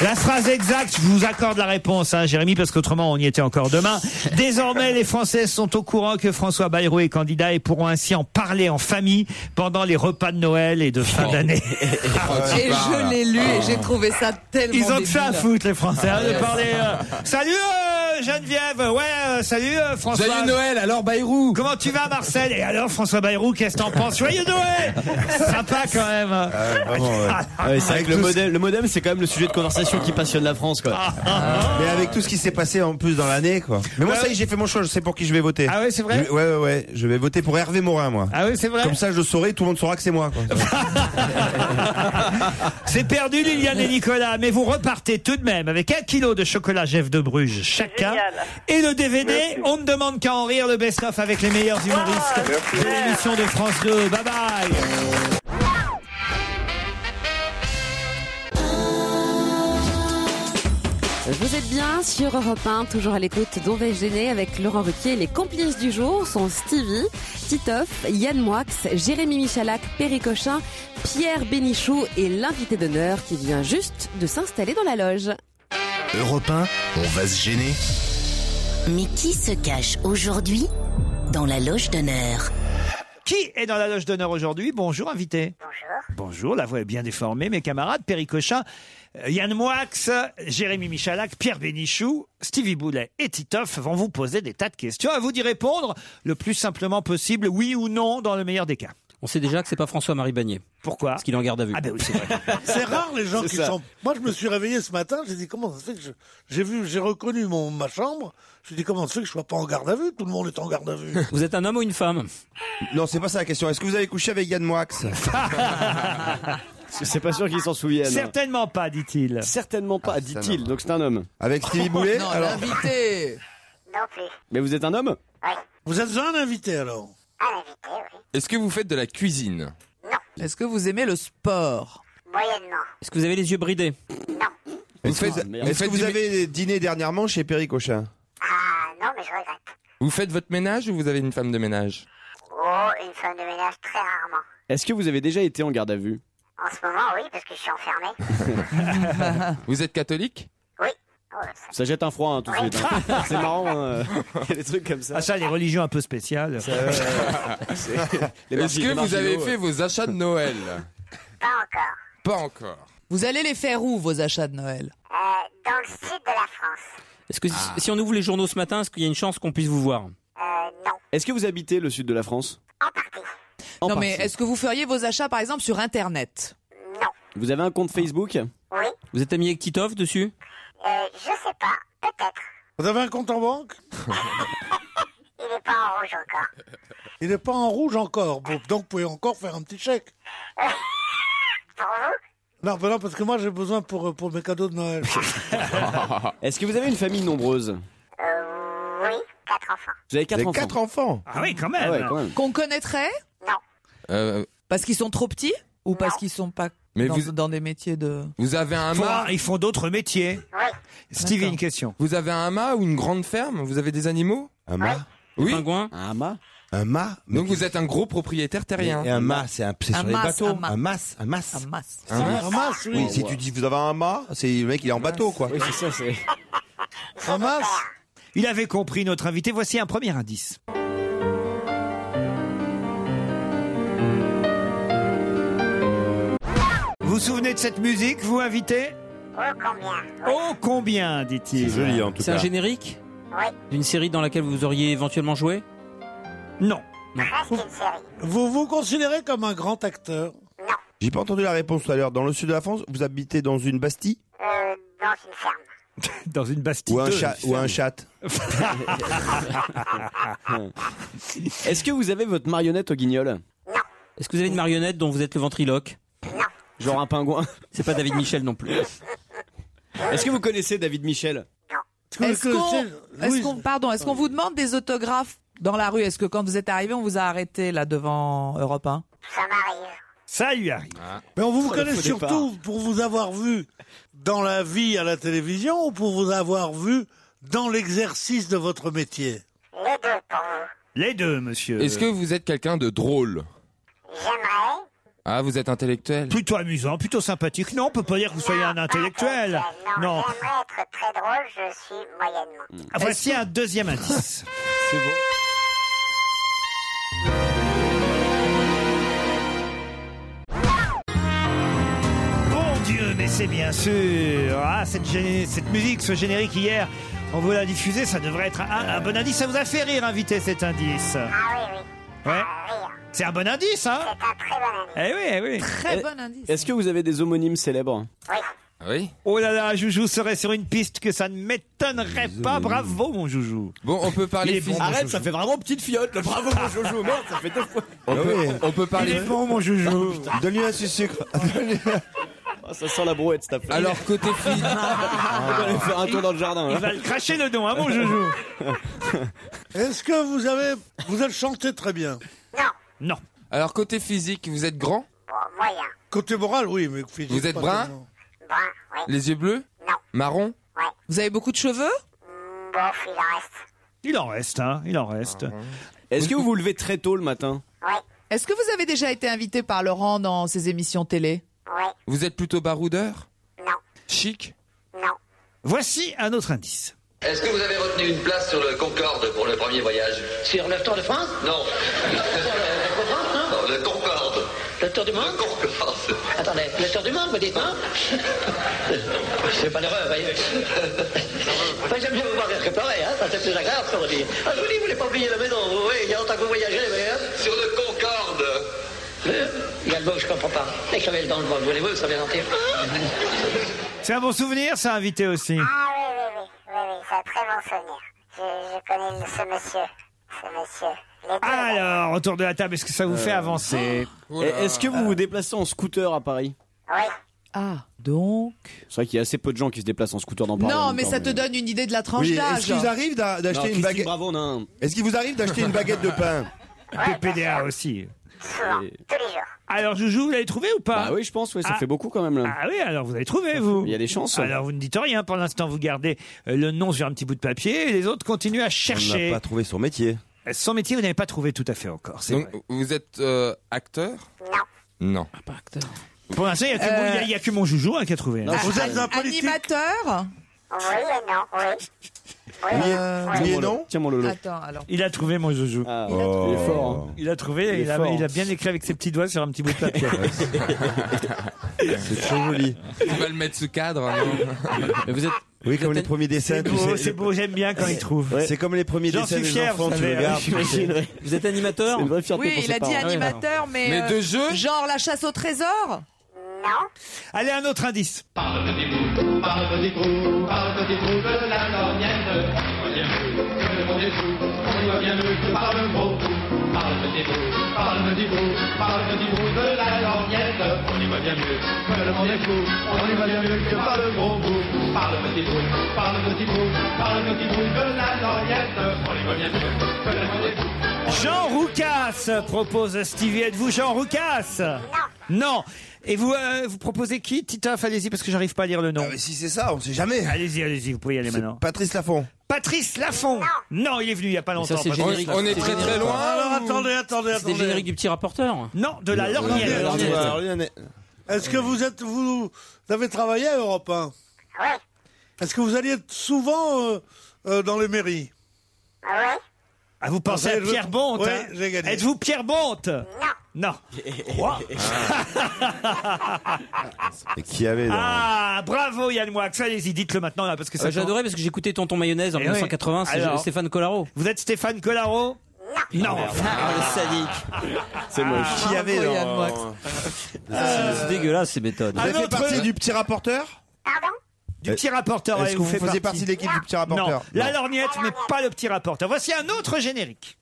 S4: La phrase exacte, je vous accorde la réponse, hein, Jérémy, parce qu'autrement on y était encore demain. Désormais, les Français sont au courant que François Bayrou est candidat et pourront ainsi en parler en famille pendant les repas de Noël et de fin d'année.
S7: Et je l'ai lu et j'ai trouvé ça tellement
S4: Ah. Ils ont que ça à
S7: débile. Ah.
S4: foutre, les Français, hein, de parler. euh, salut euh, Geneviève, ouais, euh, salut euh, François.
S3: Joyeux Noël, alors Bayrou.
S4: Comment tu vas, Marcel Et alors, François Bayrou, qu'est-ce que t'en penses Joyeux Noël Sympa quand même.
S8: Euh, vraiment,
S4: Ah,
S8: ouais.
S6: Ouais, c'est vrai
S8: Avec
S6: que le
S8: tout ce-
S6: modem, le modem, c'est quand même le sujet de conversation qui passionne la France, quoi.
S4: Ah.
S8: Mais avec tout ce qui s'est passé en plus dans l'année, quoi. Mais moi,
S4: Bah
S8: ça y
S4: oui.
S8: est, j'ai fait mon choix, je sais pour qui je vais voter.
S4: Ah ouais, c'est vrai
S8: Je- Ouais, ouais, ouais. Je vais voter pour Hervé Morin, moi.
S4: Ah oui, c'est vrai.
S8: Comme ça, je le saurai, tout le monde saura que c'est moi. quoi.
S4: C'est perdu, Liliane et Nicolas, mais vous repartez tout de même avec un kilo de chocolat Jeff de Bruges chacun.
S17: Génial.
S4: Et le DVD,
S16: Merci. Ah,
S4: on ne demande qu'à en rire, le best-of avec les meilleurs humoristes
S16: merci.
S4: de l'émission de France 2. Bye bye
S14: Vous êtes bien sur Europe 1, toujours à l'écoute d'On va se gêner avec Laurent Ruquier. Les complices du jour sont Stevie, Titoff, Yann Moix, Jérémy Michalak, Perry Cochin, Pierre Bénichou et l'invité d'honneur qui vient juste de s'installer dans la loge.
S2: Europe 1, on va se gêner.
S1: Mais qui se cache aujourd'hui dans la loge d'honneur
S4: Qui est dans la loge d'honneur aujourd'hui Bonjour, invité. Bonjour. Bonjour, la voix est bien déformée, mes camarades, Perry Cochin, euh, Yann Moix, Jérémy Michalak, Pierre Bénichou, Stevie Boulet et Titoff vont vous poser des tas de questions. À vous d'y répondre le plus simplement possible, oui ou non, dans le meilleur des cas.
S10: On sait déjà que c'est pas François-Marie Bagné,
S4: Pourquoi
S10: parce qu'il est en garde à vue.
S4: Ah ben oui, c'est vrai.
S5: C'est rare les gens
S6: C'est
S5: qui
S6: ça.
S5: sont. Moi, je me suis réveillé ce matin. J'ai dit comment ça se fait que je- j'ai vu, j'ai reconnu mon ma chambre. J'ai dit comment ça se fait que je sois pas en garde à vue. Tout le monde est en garde à vue.
S10: Vous êtes un homme ou une femme
S8: Non, c'est pas ça la question. Est-ce que vous avez couché avec Yann Moix
S18: Ah
S6: C'est pas sûr qu'ils s'en souviennent.
S4: Certainement pas, dit-il.
S6: Certainement
S8: Ah,
S6: pas, dit-il. Donc c'est un homme.
S8: Avec Stevie Boulet
S7: Non,
S8: Alors,
S7: l'invité.
S6: Mais vous êtes un homme
S5: Vous êtes un invité alors.
S3: Est-ce que vous faites de la cuisine
S7: Est-ce que vous aimez le sport
S10: Est-ce que vous avez les yeux bridés
S8: Vous faites-
S6: merde.
S8: Est-ce que vous avez dîné dernièrement chez Perry Cochin
S18: Bah, Non, mais je regrette.
S3: Vous faites votre ménage ou vous avez une femme de ménage
S18: Oh, une femme de ménage très rarement.
S6: Est-ce que vous avez déjà été en garde à vue
S18: En ce moment, oui, parce que je suis enfermée.
S3: Vous êtes catholique
S18: Oui.
S6: Ça jette un froid hein, tout de suite. hein. C'est marrant, hein. il y a des trucs comme ça.
S4: ben, euh, Ah ça, les religions un peu spéciales.
S3: euh, Est-ce que vous avez fait vos achats de Noël
S18: Pas encore.
S3: Pas encore.
S7: Vous allez les faire où, vos achats de Noël
S18: Euh, dans le sud de la France.
S10: Est-ce que si-
S6: Ah.
S10: si on ouvre les journaux ce matin, est-ce qu'il y a une chance qu'on puisse vous voir
S6: Est-ce que vous habitez le sud de la France
S10: En
S7: Non,
S10: partie.
S7: mais est-ce que vous feriez vos achats, par exemple, sur Internet
S6: Vous avez un compte Facebook
S18: Oui.
S10: Vous êtes ami avec Titov dessus
S18: Euh, je sais pas, peut-être.
S5: Vous avez un compte en banque
S18: Il n'est pas en rouge encore.
S5: Il n'est pas en rouge encore, bon, donc vous pouvez encore faire un petit chèque. non, ben non, parce que moi j'ai besoin pour, euh, pour mes cadeaux de Noël.
S6: Est-ce que vous avez une famille nombreuse
S18: Euh, Oui, quatre enfants.
S6: Vous avez quatre
S8: Vous avez
S6: enfants.
S8: quatre enfants
S4: Ah oui, quand même.
S6: Ah ouais, quand même.
S7: Qu'on connaîtrait
S3: Euh,
S7: Parce qu'ils sont trop petits Ou parce qu'ils sont pas
S3: Mais
S7: dans,
S3: vous-
S7: dans des métiers de...
S3: Vous avez un
S4: Faut-
S3: mât
S4: Ils font d'autres métiers. Stevie, une question.
S3: Vous avez un mât ou une grande ferme Vous avez des animaux
S8: Un mât
S3: Oui.
S6: Un mât
S8: Un mât
S3: Donc vous êtes un gros propriétaire terrien.
S8: Et un mât, c'est un- c'est
S3: Un
S8: sur les
S3: mas,
S8: bateaux.
S3: un mas.
S8: Un mas, un mas. Un
S7: mas.
S4: Hein
S3: Un mas. Un mas, oui.
S8: Ah, si tu dis vous avez un mât, c'est le mec il est en bateau quoi.
S6: Oui, c'est ça, c'est.
S4: Il avait compris notre invité. Voici un premier indice. Vous vous souvenez de cette musique, vous invité
S18: Oh, combien
S4: Oh combien, dit-il.
S10: C'est un générique
S18: Oui.
S10: D'une série dans laquelle vous auriez éventuellement joué
S4: Non.
S18: Presque une série.
S5: Vous vous considérez comme un grand acteur
S8: J'ai pas entendu la réponse tout à l'heure. Dans le sud de la France, vous habitez dans une bastille
S18: Euh, dans une ferme.
S4: Dans une bastille.
S8: Ou un,
S4: deux,
S8: chat,
S4: une
S8: ou un chat
S6: Est-ce que vous avez votre marionnette au guignol
S10: Est-ce que vous avez une marionnette dont vous êtes le ventriloque
S6: Genre un pingouin
S10: C'est pas David Michel non plus.
S6: Est-ce que vous connaissez David Michel
S7: Est-ce
S5: que
S7: qu'on,
S5: c'est-
S7: est-ce
S5: Louise-
S7: qu'on- pardon, est-ce qu'on vous demande des autographes dans la rue Est-ce que quand vous êtes arrivé, on vous a arrêté là devant Europe 1
S4: Ça lui arrive.
S5: Mais on vous
S4: Oh, le
S5: connaît
S4: faux départ.
S5: surtout pour vous avoir vu dans la vie à la télévision ou pour vous avoir vu dans l'exercice de votre métier
S18: Les deux pour vous.
S4: Les deux, monsieur.
S3: Est-ce que vous êtes quelqu'un de drôle
S18: J'aimerais.
S3: Ah, vous êtes intellectuel
S4: Plutôt amusant, plutôt sympathique. Non, on peut pas dire que vous soyez un intellectuel. Non.
S18: J'aimerais être très drôle, je suis moyennement.
S4: Ah, Voici un deuxième indice.
S6: C'est bon.
S4: Bon Dieu, mais c'est bien sûr. Ah, cette, gé- cette musique, ce générique hier, on vous l'a diffusé, ça devrait être un, un bon indice. Ça vous a fait rire, invité, cet indice.
S18: Ah oui, oui.
S4: Ouais. C'est un bon indice, hein Eh oui, eh oui.
S7: Très bon indice.
S6: Est-ce que vous avez des homonymes célèbres
S3: Ah Oui.
S4: Oh là là, Joujou serait sur une piste que ça ne m'étonnerait pas. Bravo, mon Joujou.
S3: Bon, on peut
S4: Il
S3: parler
S4: est bon,
S3: physique.
S4: mon Joujou.
S6: fait vraiment petite fiotte. le Bravo, mon Jojo. Merde, ça fait deux fois.
S3: On,
S8: Ah
S3: peut, on peut
S4: Il
S3: parler. Oh,
S4: est bon, mon Joujou.
S8: Donne-lui un sucre.
S6: Ah, ça sent la brouette, cette affaire.
S3: Alors, côté physique.
S6: on va aller faire un tour dans le jardin.
S4: Il
S6: là.
S4: va le cracher le don, hein, mon Joujou.
S5: Est-ce que vous avez vous êtes chanté très bien
S4: Non.
S3: Alors, côté physique, vous êtes grand
S18: Bon, moyen.
S5: Côté moral, oui, mais physique,
S3: Vous êtes
S5: pas
S3: brun
S5: tellement.
S18: Brun, oui.
S3: Les yeux bleus Marron
S7: Vous avez beaucoup de cheveux
S18: Bof, il en reste.
S4: Il en reste, hein, il en
S3: Ah
S4: reste.
S6: Est-ce que vous vous levez très tôt le matin
S7: Est-ce que vous avez déjà été invité par Laurent dans ses émissions télé
S3: Vous êtes plutôt baroudeur Non. Chic
S4: Voici un autre indice.
S19: Est-ce que vous avez retenu une place sur le Concorde pour le premier voyage Sur le Tour de France Non. Non, le Concorde. hein Le Tour du Monde Le Concorde. Attendez, le Tour du Monde, vous dites, non C'est pas l'erreur, voyez. Enfin, j'aime bien vous voir rire que pleurer, hein, ça c'est plus agréable, ce qu'on dit. Ah, je vous dis, vous voulez pas oublier la maison, vous voyez, il y a longtemps que vous voyagez, les meilleurs. Sur le Concorde Il y a le mot que je comprends pas. Dès que j'avais le dans le monde, voulez-vous, ça vient d'entrer.
S4: C'est un bon souvenir, ça, invité aussi.
S18: Ah oui, oui, oui, oui, oui, c'est un très bon souvenir. Je, je connais le- ce monsieur, ce monsieur. Les deux,
S4: Alors, autour de la table, est-ce que ça vous fait avancer
S3: Oh
S6: Et Euh, ah. Eh, Est-ce que vous vous déplacez en scooter à Paris
S7: Ah, donc.
S6: C'est vrai qu'il y a assez peu de gens qui se déplacent en scooter dans Paris. en
S7: Non,
S6: même
S7: mais
S6: temps,
S7: ça te donne une idée de la tranche
S8: Oui,
S7: d'âge.
S8: Est-ce qu'il vous arrive d'a-
S6: Non,
S8: d'acheter une
S6: Christine
S8: baguette
S6: Bravo, non.
S8: Est-ce qu'il vous arrive d'acheter une baguette de pain
S4: PPDA aussi.
S18: souvent, tous les jours.
S4: Alors, Joujou, vous l'avez trouvé ou pas
S6: Bah
S20: Ah oui, je pense, oui, ça
S4: Ah.
S20: fait beaucoup quand même là.
S4: Ah oui, alors vous avez trouvé, vous.
S20: Il y a des chances.
S4: Alors, vous ne dites rien pour l'instant, vous gardez euh, le nom sur un petit bout de papier et les autres continuent à chercher.
S8: n'a pas trouvé son métier.
S4: Son métier, vous n'avez pas trouvé tout à fait encore. c'est
S3: Donc,
S4: vrai.
S3: vous êtes euh, acteur Non.
S10: pas acteur.
S4: Pour l'instant, il n'y a, que
S7: Euh,
S4: mon- il y a- il y a que mon Joujou hein, qui a trouvé. hein.
S7: Animateur Euh,
S18: Oui et non, oui.
S4: oui et non
S20: Tiens mon Lolo.
S7: Attends, alors.
S4: Il a trouvé mon Joujou. Oh.
S20: Il a trouvé. Il est fort, hein.
S4: Il a trouvé,
S20: Il est
S4: il, a,
S20: fort.
S4: il a bien écrit avec ses petits doigts sur un petit bout de papier.
S3: C'est
S8: trop joli.
S3: Tu vas le mettre sous cadre. hein. non
S8: vous êtes. Oui, comme les premiers dessins.
S4: C'est
S8: tu
S4: beau,
S8: sais,
S4: Oh, c'est
S8: les-
S4: beau, j'aime bien quand il trouve.
S8: Ouais. C'est comme les premiers
S4: J'en
S8: dessins
S4: suis
S8: des
S4: fier,
S8: enfants,
S4: vous
S8: tu
S4: savez,
S8: regardes.
S4: oui, j'imagine, oui.
S10: Vous êtes animateur
S7: Oui, il a dit animateur, mais. euh,
S8: Mais de jeu
S7: Genre la chasse au trésor
S4: Allez, un autre indice. Jean Roucas propose Stevie. Êtes-vous Jean Roucas Non. Et vous, euh, vous proposez qui Titoff, allez-y, parce que j'arrive pas à lire le nom.
S8: Ah, Si c'est ça, on sait jamais.
S4: Allez-y, allez-y, vous pouvez y aller maintenant.
S8: Patrice Lafont.
S4: Patrice Lafont Non, il est venu il y a pas longtemps. Patrice.
S5: Alors attendez, attendez,
S10: C'était
S5: attendez.
S10: le générique du petit rapporteur
S4: Non, de la
S5: Lorgnette.
S10: De la Lorgnette.
S5: Est-ce que vous êtes vous, vous avez travaillé à Europe 1 Est-ce que vous alliez souvent euh, euh, dans les mairies
S4: Ah, vous pensez
S5: Ah,
S4: à
S5: je-
S4: Pierre Bonte
S5: Oui,
S4: hein
S5: j'ai gagné.
S4: Êtes-vous Pierre Bonte Non. Quoi
S8: Et qui avait là
S4: Ah, bravo Yann Moix, allez-y, dites-le maintenant là, parce que ça.
S10: Euh, J'adorais parce que j'écoutais Tonton Mayonnaise en
S4: Eh
S10: 1980,
S4: ouais. Alors
S10: c'est Stéphane Collaro.
S4: Vous êtes Stéphane Collaro Non. Ah,
S10: C'est
S4: moche.
S8: Qui avait
S4: Ah, Yann Euh, Ah,
S8: dans
S10: C'est dégueulasse ces méthodes.
S8: Vous avez fait partie du
S4: petit rapporteur Du petit rapporteur,
S8: Euh, Est-ce
S4: allez,
S8: que vous
S4: faites
S8: faisiez partie de l'équipe du petit
S4: Non,
S8: rapporteur
S4: la lorgnette, mais pas le petit rapporteur. Voici un autre générique.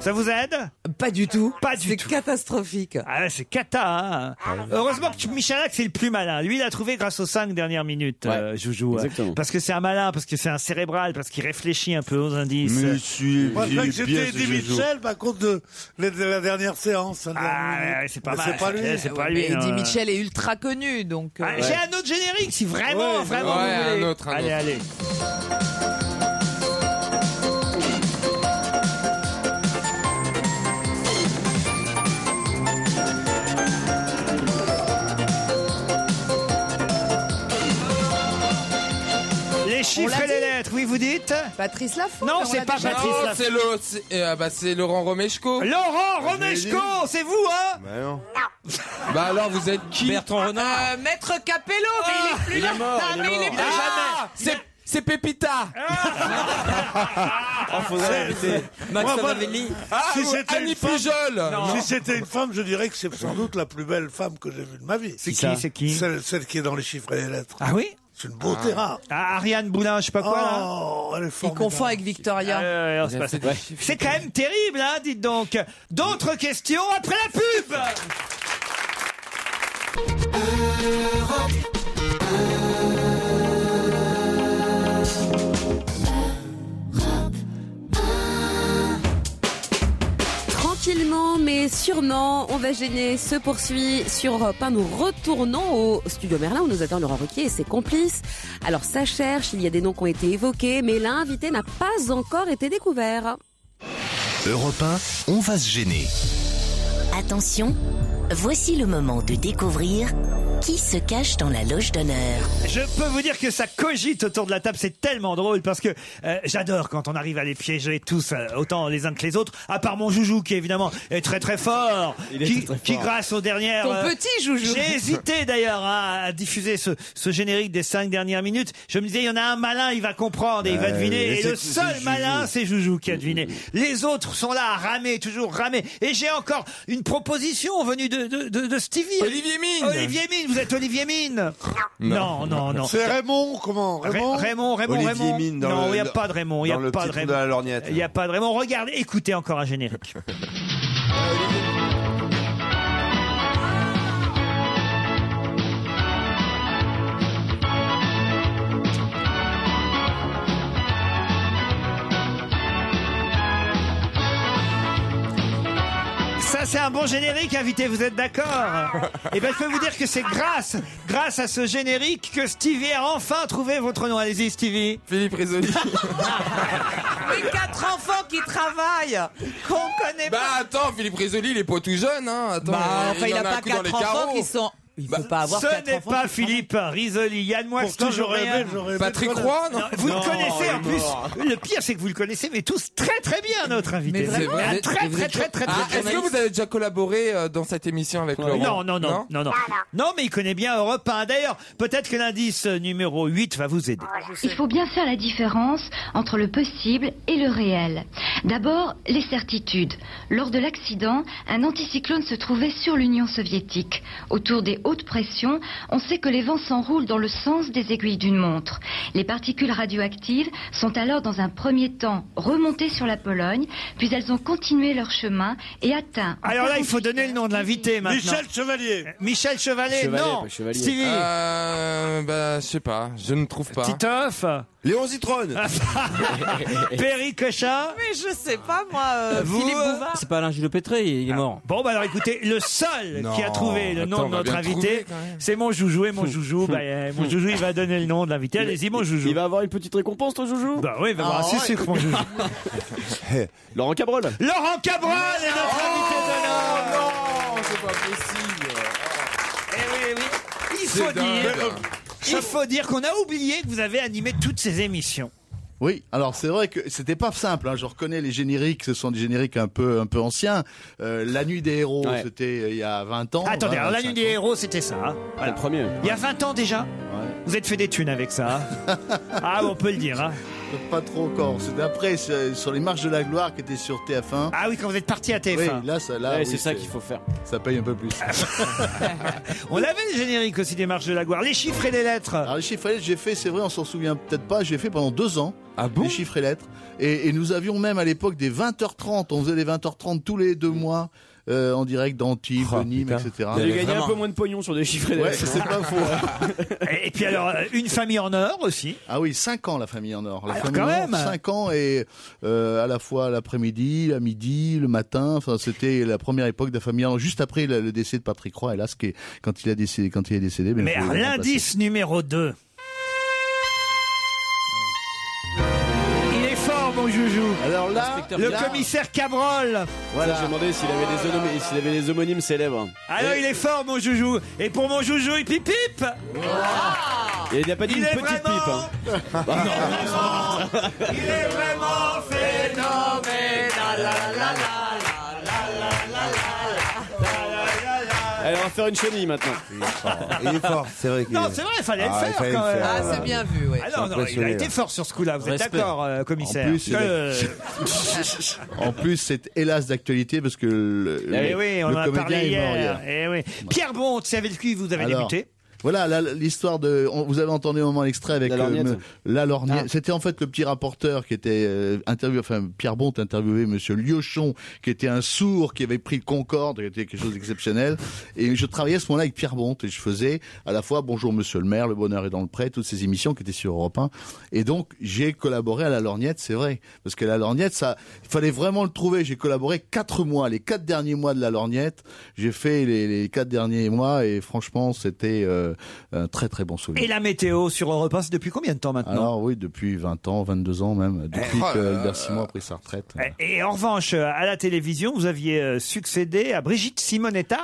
S4: Ça vous aide
S7: Pas du tout.
S4: Pas du
S7: tout. C'est catastrophique.
S4: Ah, c'est cata. hein. Heureusement que Michalak c'est le plus malin. Lui, il a trouvé grâce aux cinq dernières minutes, euh, Joujou. hein. Parce que c'est un malin, parce que c'est un cérébral, parce qu'il réfléchit un peu aux indices.
S5: Moi, je crois que c'était Eddie Mitchell, par contre, de, de- de la dernière séance.
S4: Ah, c'est pas
S5: Mais
S4: mal.
S5: C'est pas lui.
S4: C'est pas
S7: Ouais, mais
S4: lui.
S7: Eddie
S4: hein.
S7: Mitchell est ultra connu, donc. euh,
S4: Ah, J'ai un autre générique, si vraiment,
S7: Ouais,
S4: vraiment
S3: ouais,
S4: vous voulez.
S3: un autre, un
S4: allez,
S3: autre.
S4: allez. Les
S7: l'a
S4: chiffres et les
S7: dit.
S4: lettres, oui, vous dites
S7: Patrice Lafont.
S4: Non,
S7: mais on
S4: c'est
S7: l'a
S4: pas
S7: déjà
S4: Patrice
S7: dit.
S3: Non,
S4: Lafont.
S3: c'est le, c'est- eh, ah bah, c'est Laurent Romeshko.
S4: Laurent Romeshko, c'est vous, hein
S3: Bah non. Bah alors, vous êtes qui
S10: Bertrand Renard.
S7: Euh, Maître Capello, mais il est plus
S3: Il
S7: là.
S3: est mort,
S7: Ah,
S3: il est
S7: mais il
S3: mort.
S7: est plus
S3: Ah, c'est c'est Pépita.
S5: Ah, faudrait
S10: inviter Max Savelli.
S3: Ah,
S5: si
S3: ou
S5: c'était
S3: Annie
S5: une femme,
S3: Pujol. Non.
S5: Si c'était une femme, je dirais que c'est sans doute la plus belle femme que j'ai vue de ma vie.
S4: C'est Qui qui, ça c'est qui
S5: celle, celle qui est dans les chiffres et les lettres.
S4: Ah oui
S5: C'est une beauté rare.
S4: Ah, Ariane Boulin, je sais pas quoi, là.
S5: Oh, elle est
S7: Il
S5: formidable.
S7: confond avec Victoria.
S4: Euh, alors, c'est pas- C'est quand même terrible, hein, dites donc. D'autres questions après la pub
S14: Tranquillement mais sûrement, on va gêner, se poursuit sur Europe 1. Nous retournons au studio Merlin où nous attend Laurent Ruquier et ses complices. Alors ça cherche, il y a des noms qui ont été évoqués, mais l'invité n'a pas encore été découvert.
S2: Europe 1, on va se gêner.
S1: Attention, voici le moment de découvrir qui se cache dans la loge d'honneur.
S4: Je peux vous dire que ça cogite autour de la table, c'est tellement drôle parce que euh, j'adore quand on arrive à les piéger tous, euh, autant les uns que les autres, à part mon joujou qui évidemment est très très fort,
S20: Il est
S4: qui,
S20: très, très
S4: qui
S20: fort.
S4: grâce aux dernières... euh,
S7: Ton petit joujou.
S4: J'ai hésité d'ailleurs à, à diffuser ce, ce générique des cinq dernières minutes. Je me disais, il y en a un malin, il va comprendre et il
S8: Ouais,
S4: va deviner.
S8: mais
S4: Et
S8: c'est-
S4: le
S8: c'est
S4: seul
S8: Joujou.
S4: malin, c'est Joujou qui a deviné. Les autres sont là à ramer, toujours ramer. Et j'ai encore une proposition venue de, de, de, de Stevie.
S3: Olivier Mine.
S4: Olivier Mine, vous êtes Olivier Mine non, non, non.
S5: C'est Raymond, comment
S4: Ra-
S5: Raymond
S4: Raymond, Raymond,
S8: Olivier
S4: Raymond.
S8: Mine dans
S4: non,
S8: le-
S4: il n'y a
S8: dans-
S4: pas de Raymond. Il n'y
S8: dans
S4: a
S8: le
S4: pas
S8: petit
S4: de
S8: trou
S4: Raymond.
S8: dans la lorgnette.
S4: Il n'y a pas de Raymond. Regardez, écoutez encore un générique. c'est un bon générique, invité, vous êtes d'accord Eh bien, je peux vous dire que c'est grâce, grâce à ce générique que Stevie a enfin trouvé votre nom. Allez-y, Stevie. Philippe Risoli.
S7: Mais quatre enfants qui travaillent, qu'on connaît
S3: Bah
S7: pas.
S3: attends, Philippe Risoli, il est pas tout jeune, hein. Attends,
S7: Bah, enfin, il
S3: en
S7: a pas
S3: un coup dans
S7: quatre
S3: les
S7: enfants
S3: carreaux.
S7: qui sont- Il
S3: Bah,
S7: peut pas avoir quatre
S4: Ce n'est
S7: enfants
S4: pas
S7: qui
S4: Philippe Risoli, Yann Moix,
S3: Pourtant,
S4: toujours
S3: j'aurais aimé-
S4: rien.
S3: j'aurais aimé Patrick le connaître. Roy, non
S4: Vous
S3: Non,
S4: le connaissez en
S3: il est mort.
S4: plus. Le pire, c'est que vous le connaissez, mais tous très très bien, notre invité.
S3: C'est vrai.
S4: Ah, Très
S3: Et vous
S4: très
S3: êtes-
S4: très très
S3: Ah,
S4: très
S3: Est-ce que vous avez déjà collaboré euh, dans cette émission avec Laurent
S4: Non, non, non, non, non, non. mais il connaît bien Europe 1. D'ailleurs, peut-être que l'indice numéro 8 va vous aider.
S20: Il faut bien faire la différence entre le possible et le réel. D'abord, les certitudes. Lors de l'accident, un anticyclone se trouvait sur l'Union soviétique. Autour des hautes pressions, on sait que les vents s'enroulent dans le sens des aiguilles d'une montre. Les particules radioactives sont alors dans un premier temps remontées sur la Pologne, puis elles ont continué leur chemin et atteint...
S4: Alors là, il faut donner le nom de l'invité maintenant.
S20: Michel
S4: Chevalier. Michel Chevalier,
S3: Chevalier,
S4: non.
S3: pas Chevalier.
S4: Stevie.
S3: Euh, bah, je sais pas, je ne trouve pas.
S4: Titoff Léon Zitrone Perry Cochin
S7: Mais je sais pas, moi, euh,
S10: Vous,
S7: Philippe
S10: euh,
S7: Bouvard.
S10: C'est pas Alain Gilles Pétré, il est mort.
S4: Bon, bah alors écoutez, le seul
S10: Non,
S4: qui a trouvé le nom
S10: attends, on
S4: de
S10: va
S4: notre
S10: bien
S4: invité,
S10: trouver, quand même.
S4: c'est mon joujou et mon joujou. bah, euh, mon joujou, il va donner le nom de l'invité.
S6: Il-
S4: Allez-y, mon joujou. Il va avoir une petite récompense, ton joujou Bah oui, il va avoir
S6: Ah,
S4: c'est sûr que mon joujou.
S6: Eh, Laurent Cabrol.
S4: Laurent Cabrol est notre invité d'honneur
S3: Oh, Non, c'est pas possible.
S4: Eh Il
S3: C'est
S4: faut
S3: dingue.
S4: dire, il faut dire qu'on a oublié que vous avez animé toutes ces émissions.
S21: Oh, Oui, alors c'est vrai que c'était pas simple. hein. Je reconnais les génériques, ce sont des génériques un peu un peu anciens. Euh, la nuit des héros,
S4: Ouais. Ah,
S21: c'était euh, il y a 20 ans. hein,
S4: Attendez,
S21: 20,
S4: alors la
S21: 25
S4: nuit des héros, c'était ça. hein. Voilà.
S21: Le premier.
S4: Il y a 20 ans déjà Vous êtes fait des thunes avec ça. hein. ah, on peut le dire. Hein.
S21: Pas trop encore. C'est après c'est euh, sur les marches de la gloire qui était sur TF1.
S4: Ah oui, quand vous êtes parti à TF1.
S21: Oui, là, ça, là,
S4: Ouais,
S21: oui,
S4: c'est ça qu'il faut
S21: faire. Ça paye un peu plus.
S4: On l'avait le générique aussi des marches de la gloire. Les chiffres et les lettres.
S21: Alors les chiffres et lettres, j'ai fait, c'est vrai, on s'en souvient peut-être pas, j'ai fait pendant deux ans.
S4: Ah
S21: Les chiffres et lettres. Et, et nous avions même à l'époque des 20h30. On faisait les 20h30 tous les deux mois. euh, en direct d'Antibes,
S4: Oh,
S21: de Nîmes, etc.
S6: Vous avez gagné un peu moins de pognon sur des chiffres et des
S21: Ouais,
S6: lettres. hein.
S21: c'est pas faux.
S8: hein.
S4: Et puis alors, euh, une famille en or aussi.
S21: Ah oui, 5 ans la famille en or. La
S4: Alors,
S21: famille
S4: Ah, quand
S21: en or,
S4: même.
S21: 5 ans et euh, à la fois l'après-midi, à midi, le matin. Enfin, c'était la première époque de la famille en or, juste après le, le décès de Patrick Roy, hélas, qui est- quand il a décédé. Quand il est décédé mais
S4: Mais
S21: on
S4: alors,
S21: peut le remplacer.
S4: l'indice numéro 2. Il est fort, mon joujou.
S21: Alors là,
S4: Ah. le commissaire Cabrol.
S6: Voilà, j'ai demandé s'il avait, des homonymes- s'il avait des homonymes célèbres.
S4: Alors, Ah il est fort, mon joujou. Et pour mon joujou, il pipe pipe.
S6: Et il n'y a pas dit
S4: Il
S6: une
S4: est
S6: petite pipe. hein. Ah, non.
S4: Il est vraiment phénoménal.
S6: Allez, on va faire une chenille maintenant.
S4: Il est fort,
S6: c'est vrai. Ah,
S4: Non, c'est vrai, il fallait le faire quand même.
S7: vu, oui.
S4: Ah non, non, il a
S21: Impressionné,
S4: été
S21: là.
S4: fort sur ce coup-là, vous êtes
S21: hein. Respect.
S4: d'accord, euh, commissaire
S21: En plus, il est-
S4: Euh,
S21: En plus, c'est hélas d'actualité parce que le,
S4: Eh
S21: le-
S4: oui, on
S21: le
S4: en a
S21: comédien
S4: parlé
S21: est mort
S4: hier. Eh oui. Pierre Bonte, c'est avec lui que vous avez
S21: Alors,
S4: débuté.
S21: Voilà là, l'histoire de. on- vous avez entendu un moment l'extrait avec
S6: La
S21: euh,
S6: lorgnette.
S21: me- la lorgnette. C'était en fait le petit rapporteur qui était euh, interviewé. Enfin, Pierre Bonte interviewé Monsieur Liochon, qui était un sourd, qui avait pris le Concorde, qui était quelque chose d'exceptionnel. Et je travaillais à ce moment-là avec Pierre Bonte et je faisais à la fois Bonjour Monsieur le Maire, Le Bonheur est dans le Pré, toutes ces émissions qui étaient sur Europe 1. Et donc j'ai collaboré à la lorgnette, c'est vrai, parce que la lorgnette, ça, il fallait vraiment le trouver. J'ai collaboré quatre mois, les quatre derniers mois de la lorgnette. J'ai fait les, les quatre derniers mois et franchement, c'était euh, un très très bon souvenir.
S4: Et la météo sur Europe 1, c'est depuis combien de temps maintenant
S21: Alors oui, depuis 20 ans, 22 ans même, depuis
S4: oh
S21: que
S4: là là.
S21: Albert Simon a pris sa retraite.
S4: Et en revanche, euh, à la télévision, vous aviez euh, succédé à Brigitte Simonetta,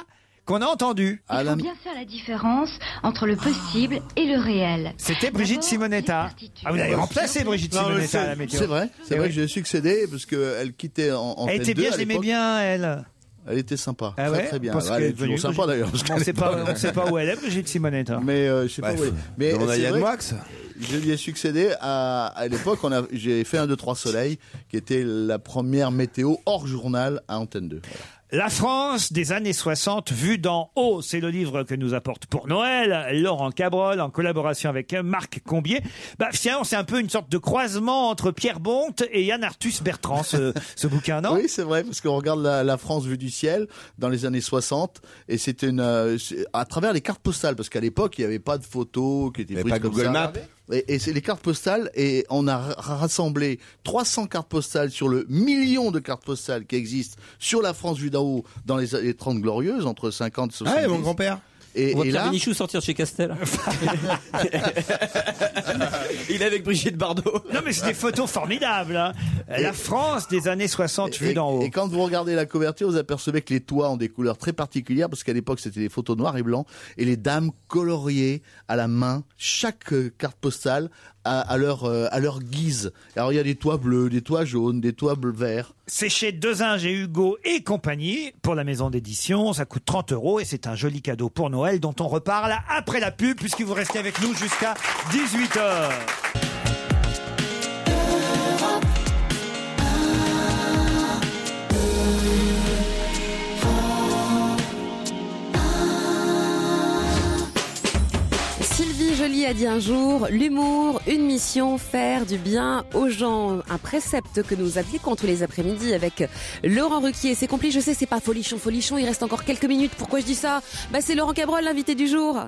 S4: qu'on a entendue.
S21: Ah,
S20: Il faut bien faire la différence entre le possible et le réel.
S4: C'était Brigitte Simonetta. Ah, vous l'avez remplacée, Brigitte
S21: Non, mais
S4: Simonetta, à la
S21: c'est-
S4: météo.
S21: C'est vrai, c'est
S4: Eh
S21: vrai
S4: oui.
S21: que j'ai succédé parce qu'elle quittait en, en
S4: Elle
S21: tête
S4: était bien,
S21: 2 à
S4: je l'aimais
S21: l'époque.
S4: bien, elle.
S21: Elle était sympa,
S4: Ah
S21: très
S4: ouais
S21: très bien.
S4: Parce
S21: elle
S4: qu'elle
S21: est
S4: est
S21: toujours
S4: devenue
S21: sympa
S4: Brigitte-
S21: d'ailleurs. parce
S4: On
S21: qu'elle
S4: sait
S21: est
S4: pas- on sait pas où elle est, Brigitte Simonetta.
S21: Mais euh, je sais pas
S4: Bref.
S21: où elle est. Mais
S4: Demande à
S21: c'est
S4: Yann
S21: vrai
S4: Moix.
S21: que Je lui ai succédé à, à l'époque. on a- J'ai fait un 2 3 soleil qui était la première météo hors journal à Antenne 2.
S4: La France des années 60 vue d'en haut, c'est le livre que nous apporte pour Noël Laurent Cabrol en collaboration avec Marc Combier. Bah, finalement, c'est un peu une sorte de croisement entre Pierre Bonte et Yann Arthus Bertrand, ce, ce bouquin, non
S21: Oui, c'est vrai, parce qu'on regarde la, la France vue du ciel dans les années 60, et c'était une euh, c'est- à travers les cartes postales, parce qu'à l'époque il n'y avait pas de photos qui étaient
S6: avait
S21: prises
S6: pas
S21: comme
S6: Google
S21: ça.
S6: Maps.
S21: Et, et c'est les cartes postales. Et on a ra- rassemblé 300 cartes postales sur le million de cartes postales qui existent sur la France vue d'en haut dans les, les 30 glorieuses, entre 50 et 70.
S10: Ah, et mon grand-père.
S21: Et,
S10: On va
S21: et
S10: Pierre
S21: là,
S10: Bénichou sortir de chez Castel.
S4: Il est avec Brigitte Bardot. Non, mais c'est des photos formidables. hein. La France des années 60 vue
S21: et,
S4: d'en haut.
S21: et quand vous regardez la couverture, vous apercevez que les toits ont des couleurs très particulières parce qu'à l'époque c'était des photos noires et blancs et les dames coloriées à la main chaque euh, carte postale à, à leur euh, à leur guise. Alors il y a des toits bleus, des toits jaunes, des toits bleu verts.
S4: C'est chez Desinge et Hugo et compagnie pour la maison d'édition. Ça coûte 30 euros et c'est un joli cadeau pour Noël dont on reparle après la pub puisque vous restez avec nous jusqu'à 18h.
S14: Sylvie Joly a dit un jour l'humour, une mission, faire du bien aux gens. Un précepte que nous appliquons tous les après-midi avec Laurent Ruquier. C'est compliqué, je sais, c'est pas folichon, folichon. Il reste encore quelques minutes. Pourquoi je dis ça Bah, c'est Laurent Cabrol, l'invité du jour.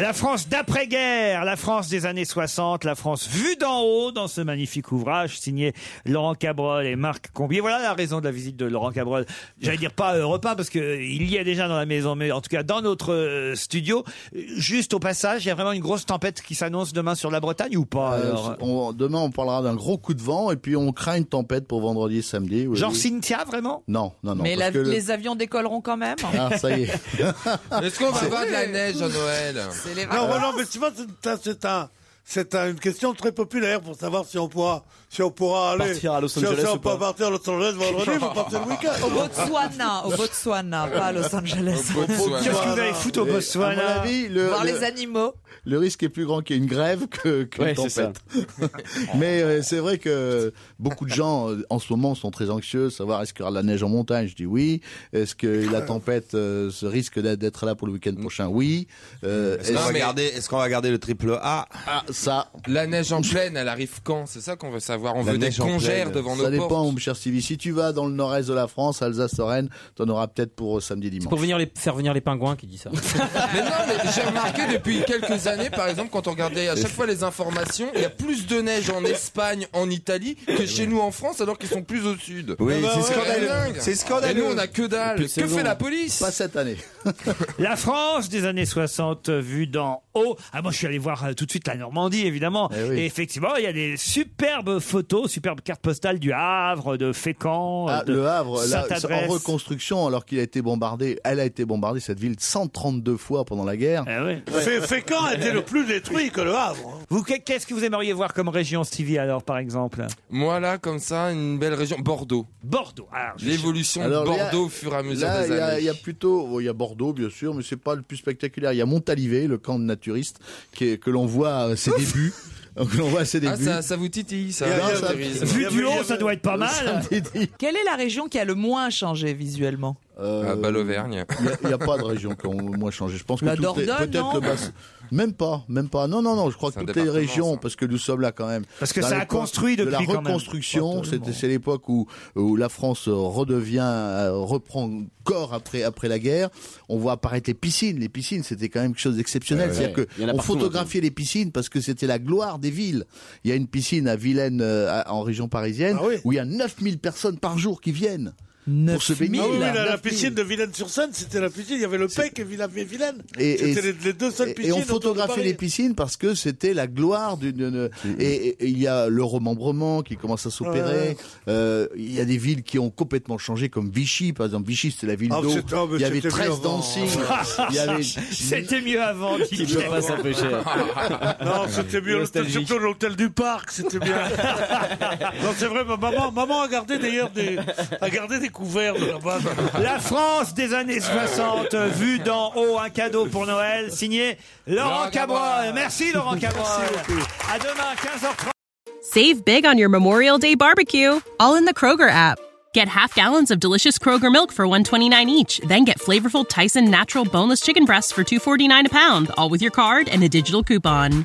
S4: La France d'après-guerre, la France des années 60, la France vue d'en haut dans ce magnifique ouvrage signé Laurent Cabrol et Marc Combier. Voilà la raison de la visite de Laurent Cabrol. J'allais dire pas à Europe 1 parce que euh, il y est déjà dans la maison, mais en tout cas dans notre euh, studio. Juste au passage, il y a vraiment une grosse tempête qui s'annonce demain sur la Bretagne ou pas
S21: Euh,
S4: alors
S21: on- demain on parlera d'un gros coup de vent et puis on craint une tempête pour vendredi et samedi. oui,
S4: Genre
S21: oui.
S4: Cynthia, vraiment
S21: Non, non, non.
S7: Mais
S21: parce
S7: la-
S21: que le-
S7: les avions décolleront quand même.
S21: Ah, ça y est.
S3: Est-ce qu'on va avoir de la neige à Noël
S5: Non, mais non, mais tu vois, c'est un- c'est un. C'est un- une question très populaire pour savoir si on pourra, si on pourra aller.
S6: Partir à Los
S5: si on-
S6: Angeles
S5: Si on
S6: ou
S5: peut
S6: pas.
S5: partir à Los Angeles vendredi, il faut partir le week-end.
S7: Au Botswana, au Botswana, pas à Los Angeles.
S21: Au Botswana.
S4: Qu'est-ce que vous allez foutre au
S21: Et, à
S4: Botswana
S21: mon avis, le-
S7: Voir
S21: le-
S7: les animaux.
S21: Le risque est plus grand qu'il y ait une grève que qu'une Ouais, c'est tempête. Mais euh, c'est vrai que beaucoup de gens euh, en ce moment sont très anxieux, savoir est-ce qu'il y aura de la neige en montagne. Je dis oui. Est-ce que la tempête euh, se risque d'être- d'être là pour le week-end prochain Oui. Euh,
S8: Est-ce qu'on va, garder- est-ce qu'on va garder le triple A
S21: Ah, ça.
S3: La neige en pleine, elle arrive quand C'est ça qu'on veut savoir. On
S21: La
S3: veut des
S21: neige en
S3: congères
S21: pleine.
S3: devant
S21: Ça
S3: nos
S21: dépend,
S3: portes.
S21: mon cher Stevie. Si tu vas dans le nord-est de la France, Alsace-Lorraine, t'en auras peut-être pour euh, samedi dimanche.
S10: Pour venir les, faire venir les pingouins qui dit ça.
S3: Mais non, Ah, mais j'ai remarqué depuis quelques années, par exemple, quand on regardait à chaque fois les informations, il y a plus de neige en Espagne, en Italie, que chez nous en France, alors qu'ils sont plus au sud.
S8: Ah Oui,
S3: Ah bah
S8: c'est
S3: ouais,
S8: scandaleux.
S3: dingue.
S8: C'est scandaleux.
S3: Et nous, on a que dalle.
S8: Plus de
S3: Ah, Que
S8: saison.
S3: fait la police
S21: Pas cette année.
S4: La France des années 60 vue d'en haut. Ah moi je suis allé voir euh, tout de suite la Normandie évidemment.
S21: Eh
S4: Et effectivement il y a des superbes photos, superbes cartes postales du Havre, de Fécamp,
S21: Ah,
S4: de
S21: le Havre, là, en
S4: Sainte-Adresse.
S21: reconstruction, alors qu'il a été bombardé, elle a été bombardée, cette ville, 132 fois pendant la guerre.
S5: Fé- Fécamp a été le plus détruit que le Havre. hein.
S4: Vous qu'est- qu'est-ce que vous aimeriez voir comme région Stevie alors par exemple
S3: Moi, là, comme ça, une belle région. Bordeaux.
S4: Bordeaux.
S21: Ah,
S3: L'évolution de
S21: Alors, là,
S3: Bordeaux au fur et à mesure
S21: là,
S3: des
S21: il y a-
S3: années.
S21: Il y a plutôt, bon, il y a Bordeaux bien sûr, mais c'est pas le plus spectaculaire. Il y a Montalivet, le camp de naturistes, qui est- que l'on voit à ses débuts. Que l'on voit à ses débuts.
S3: Ah, ça, ça vous titille, ça.
S21: Il y a-
S3: le
S21: il y a-
S3: naturisme.
S21: vu du haut,
S7: ça doit être pas mal.
S21: Quelle
S7: est la région qui a le moins changé visuellement
S3: Ah, bah, l'Auvergne.
S21: Euh, Il n'y a, pas de région qui ont moins changé. Je pense que
S7: La
S21: toutes les-
S7: Dordogne,
S21: peut-être
S7: non
S21: le bassin. Même pas, même pas. Non, non, non. Je crois
S3: C'est
S21: que
S3: un
S21: toutes les
S3: département,
S21: régions, parce que nous sommes là quand même.
S4: Parce que
S21: dans
S4: ça a
S21: l'époque
S4: construit
S21: de
S4: depuis,
S21: la
S4: quand même.
S21: reconstruction.
S4: Pas tout le
S21: C'était c'est l'époque où où la France redevient euh, reprend corps après après la guerre. On voit apparaître les piscines. Les piscines, c'était quand même quelque chose d'exceptionnel.
S6: Ouais, ouais.
S21: C'est-à-dire
S6: Il y en
S21: que
S6: a
S21: on
S6: partout,
S21: photographiait les piscines parce que c'était la gloire des villes. Il y a une piscine à Vilaine euh, à- en région
S5: Ah
S21: parisienne où il y a 9000 personnes par jour qui viennent. Pour se baigner.
S5: Ah oui, oui, la, la
S21: 9000.
S5: piscine de Vilaine-sur-Seine, c'était la piscine. Il y avait le PEC et Villave-Vilaine.
S21: Et- et-
S5: C'était les, les deux seules
S21: et- Et
S5: piscines.
S21: on
S5: autour de
S21: photographiait
S5: Paris.
S21: les piscines parce que c'était la gloire d'une. d'une- Et et- et il y a le remembrement qui commence à s'opérer.
S5: Ouais.
S21: Euh, Il y a des villes qui ont complètement changé, comme Vichy, par exemple. Vichy, c'était la ville
S5: Ah,
S21: d'eau.
S5: c'était- ah, mais
S21: Il y avait
S5: c'était
S21: 13
S5: mieux avant.
S21: dancing. Il y avait.
S4: C'était mieux avant.
S21: Il peut pas s'empêcher.
S5: Non, c'était mieux. l'hôtel-
S21: Nostalgique.
S5: Surtout l'hôtel du parc, c'était bien. non, c'est vrai. ma Maman, maman a gardé d'ailleurs des, a gardé des couverts de là-bas.
S4: La France des années 60 vue d'en haut, un cadeau pour Noël signé Laurent
S5: Laurent
S4: Cabrol.
S5: Cabrol.
S4: Merci Laurent Cabrol.
S5: Merci
S4: à demain 15h30.
S15: Save big on your Memorial Day barbecue, all in the Kroger app. Get half gallons of delicious Kroger milk for 129 each, then get flavorful Tyson natural boneless chicken breasts for 249 a pound, all with your card and a digital coupon.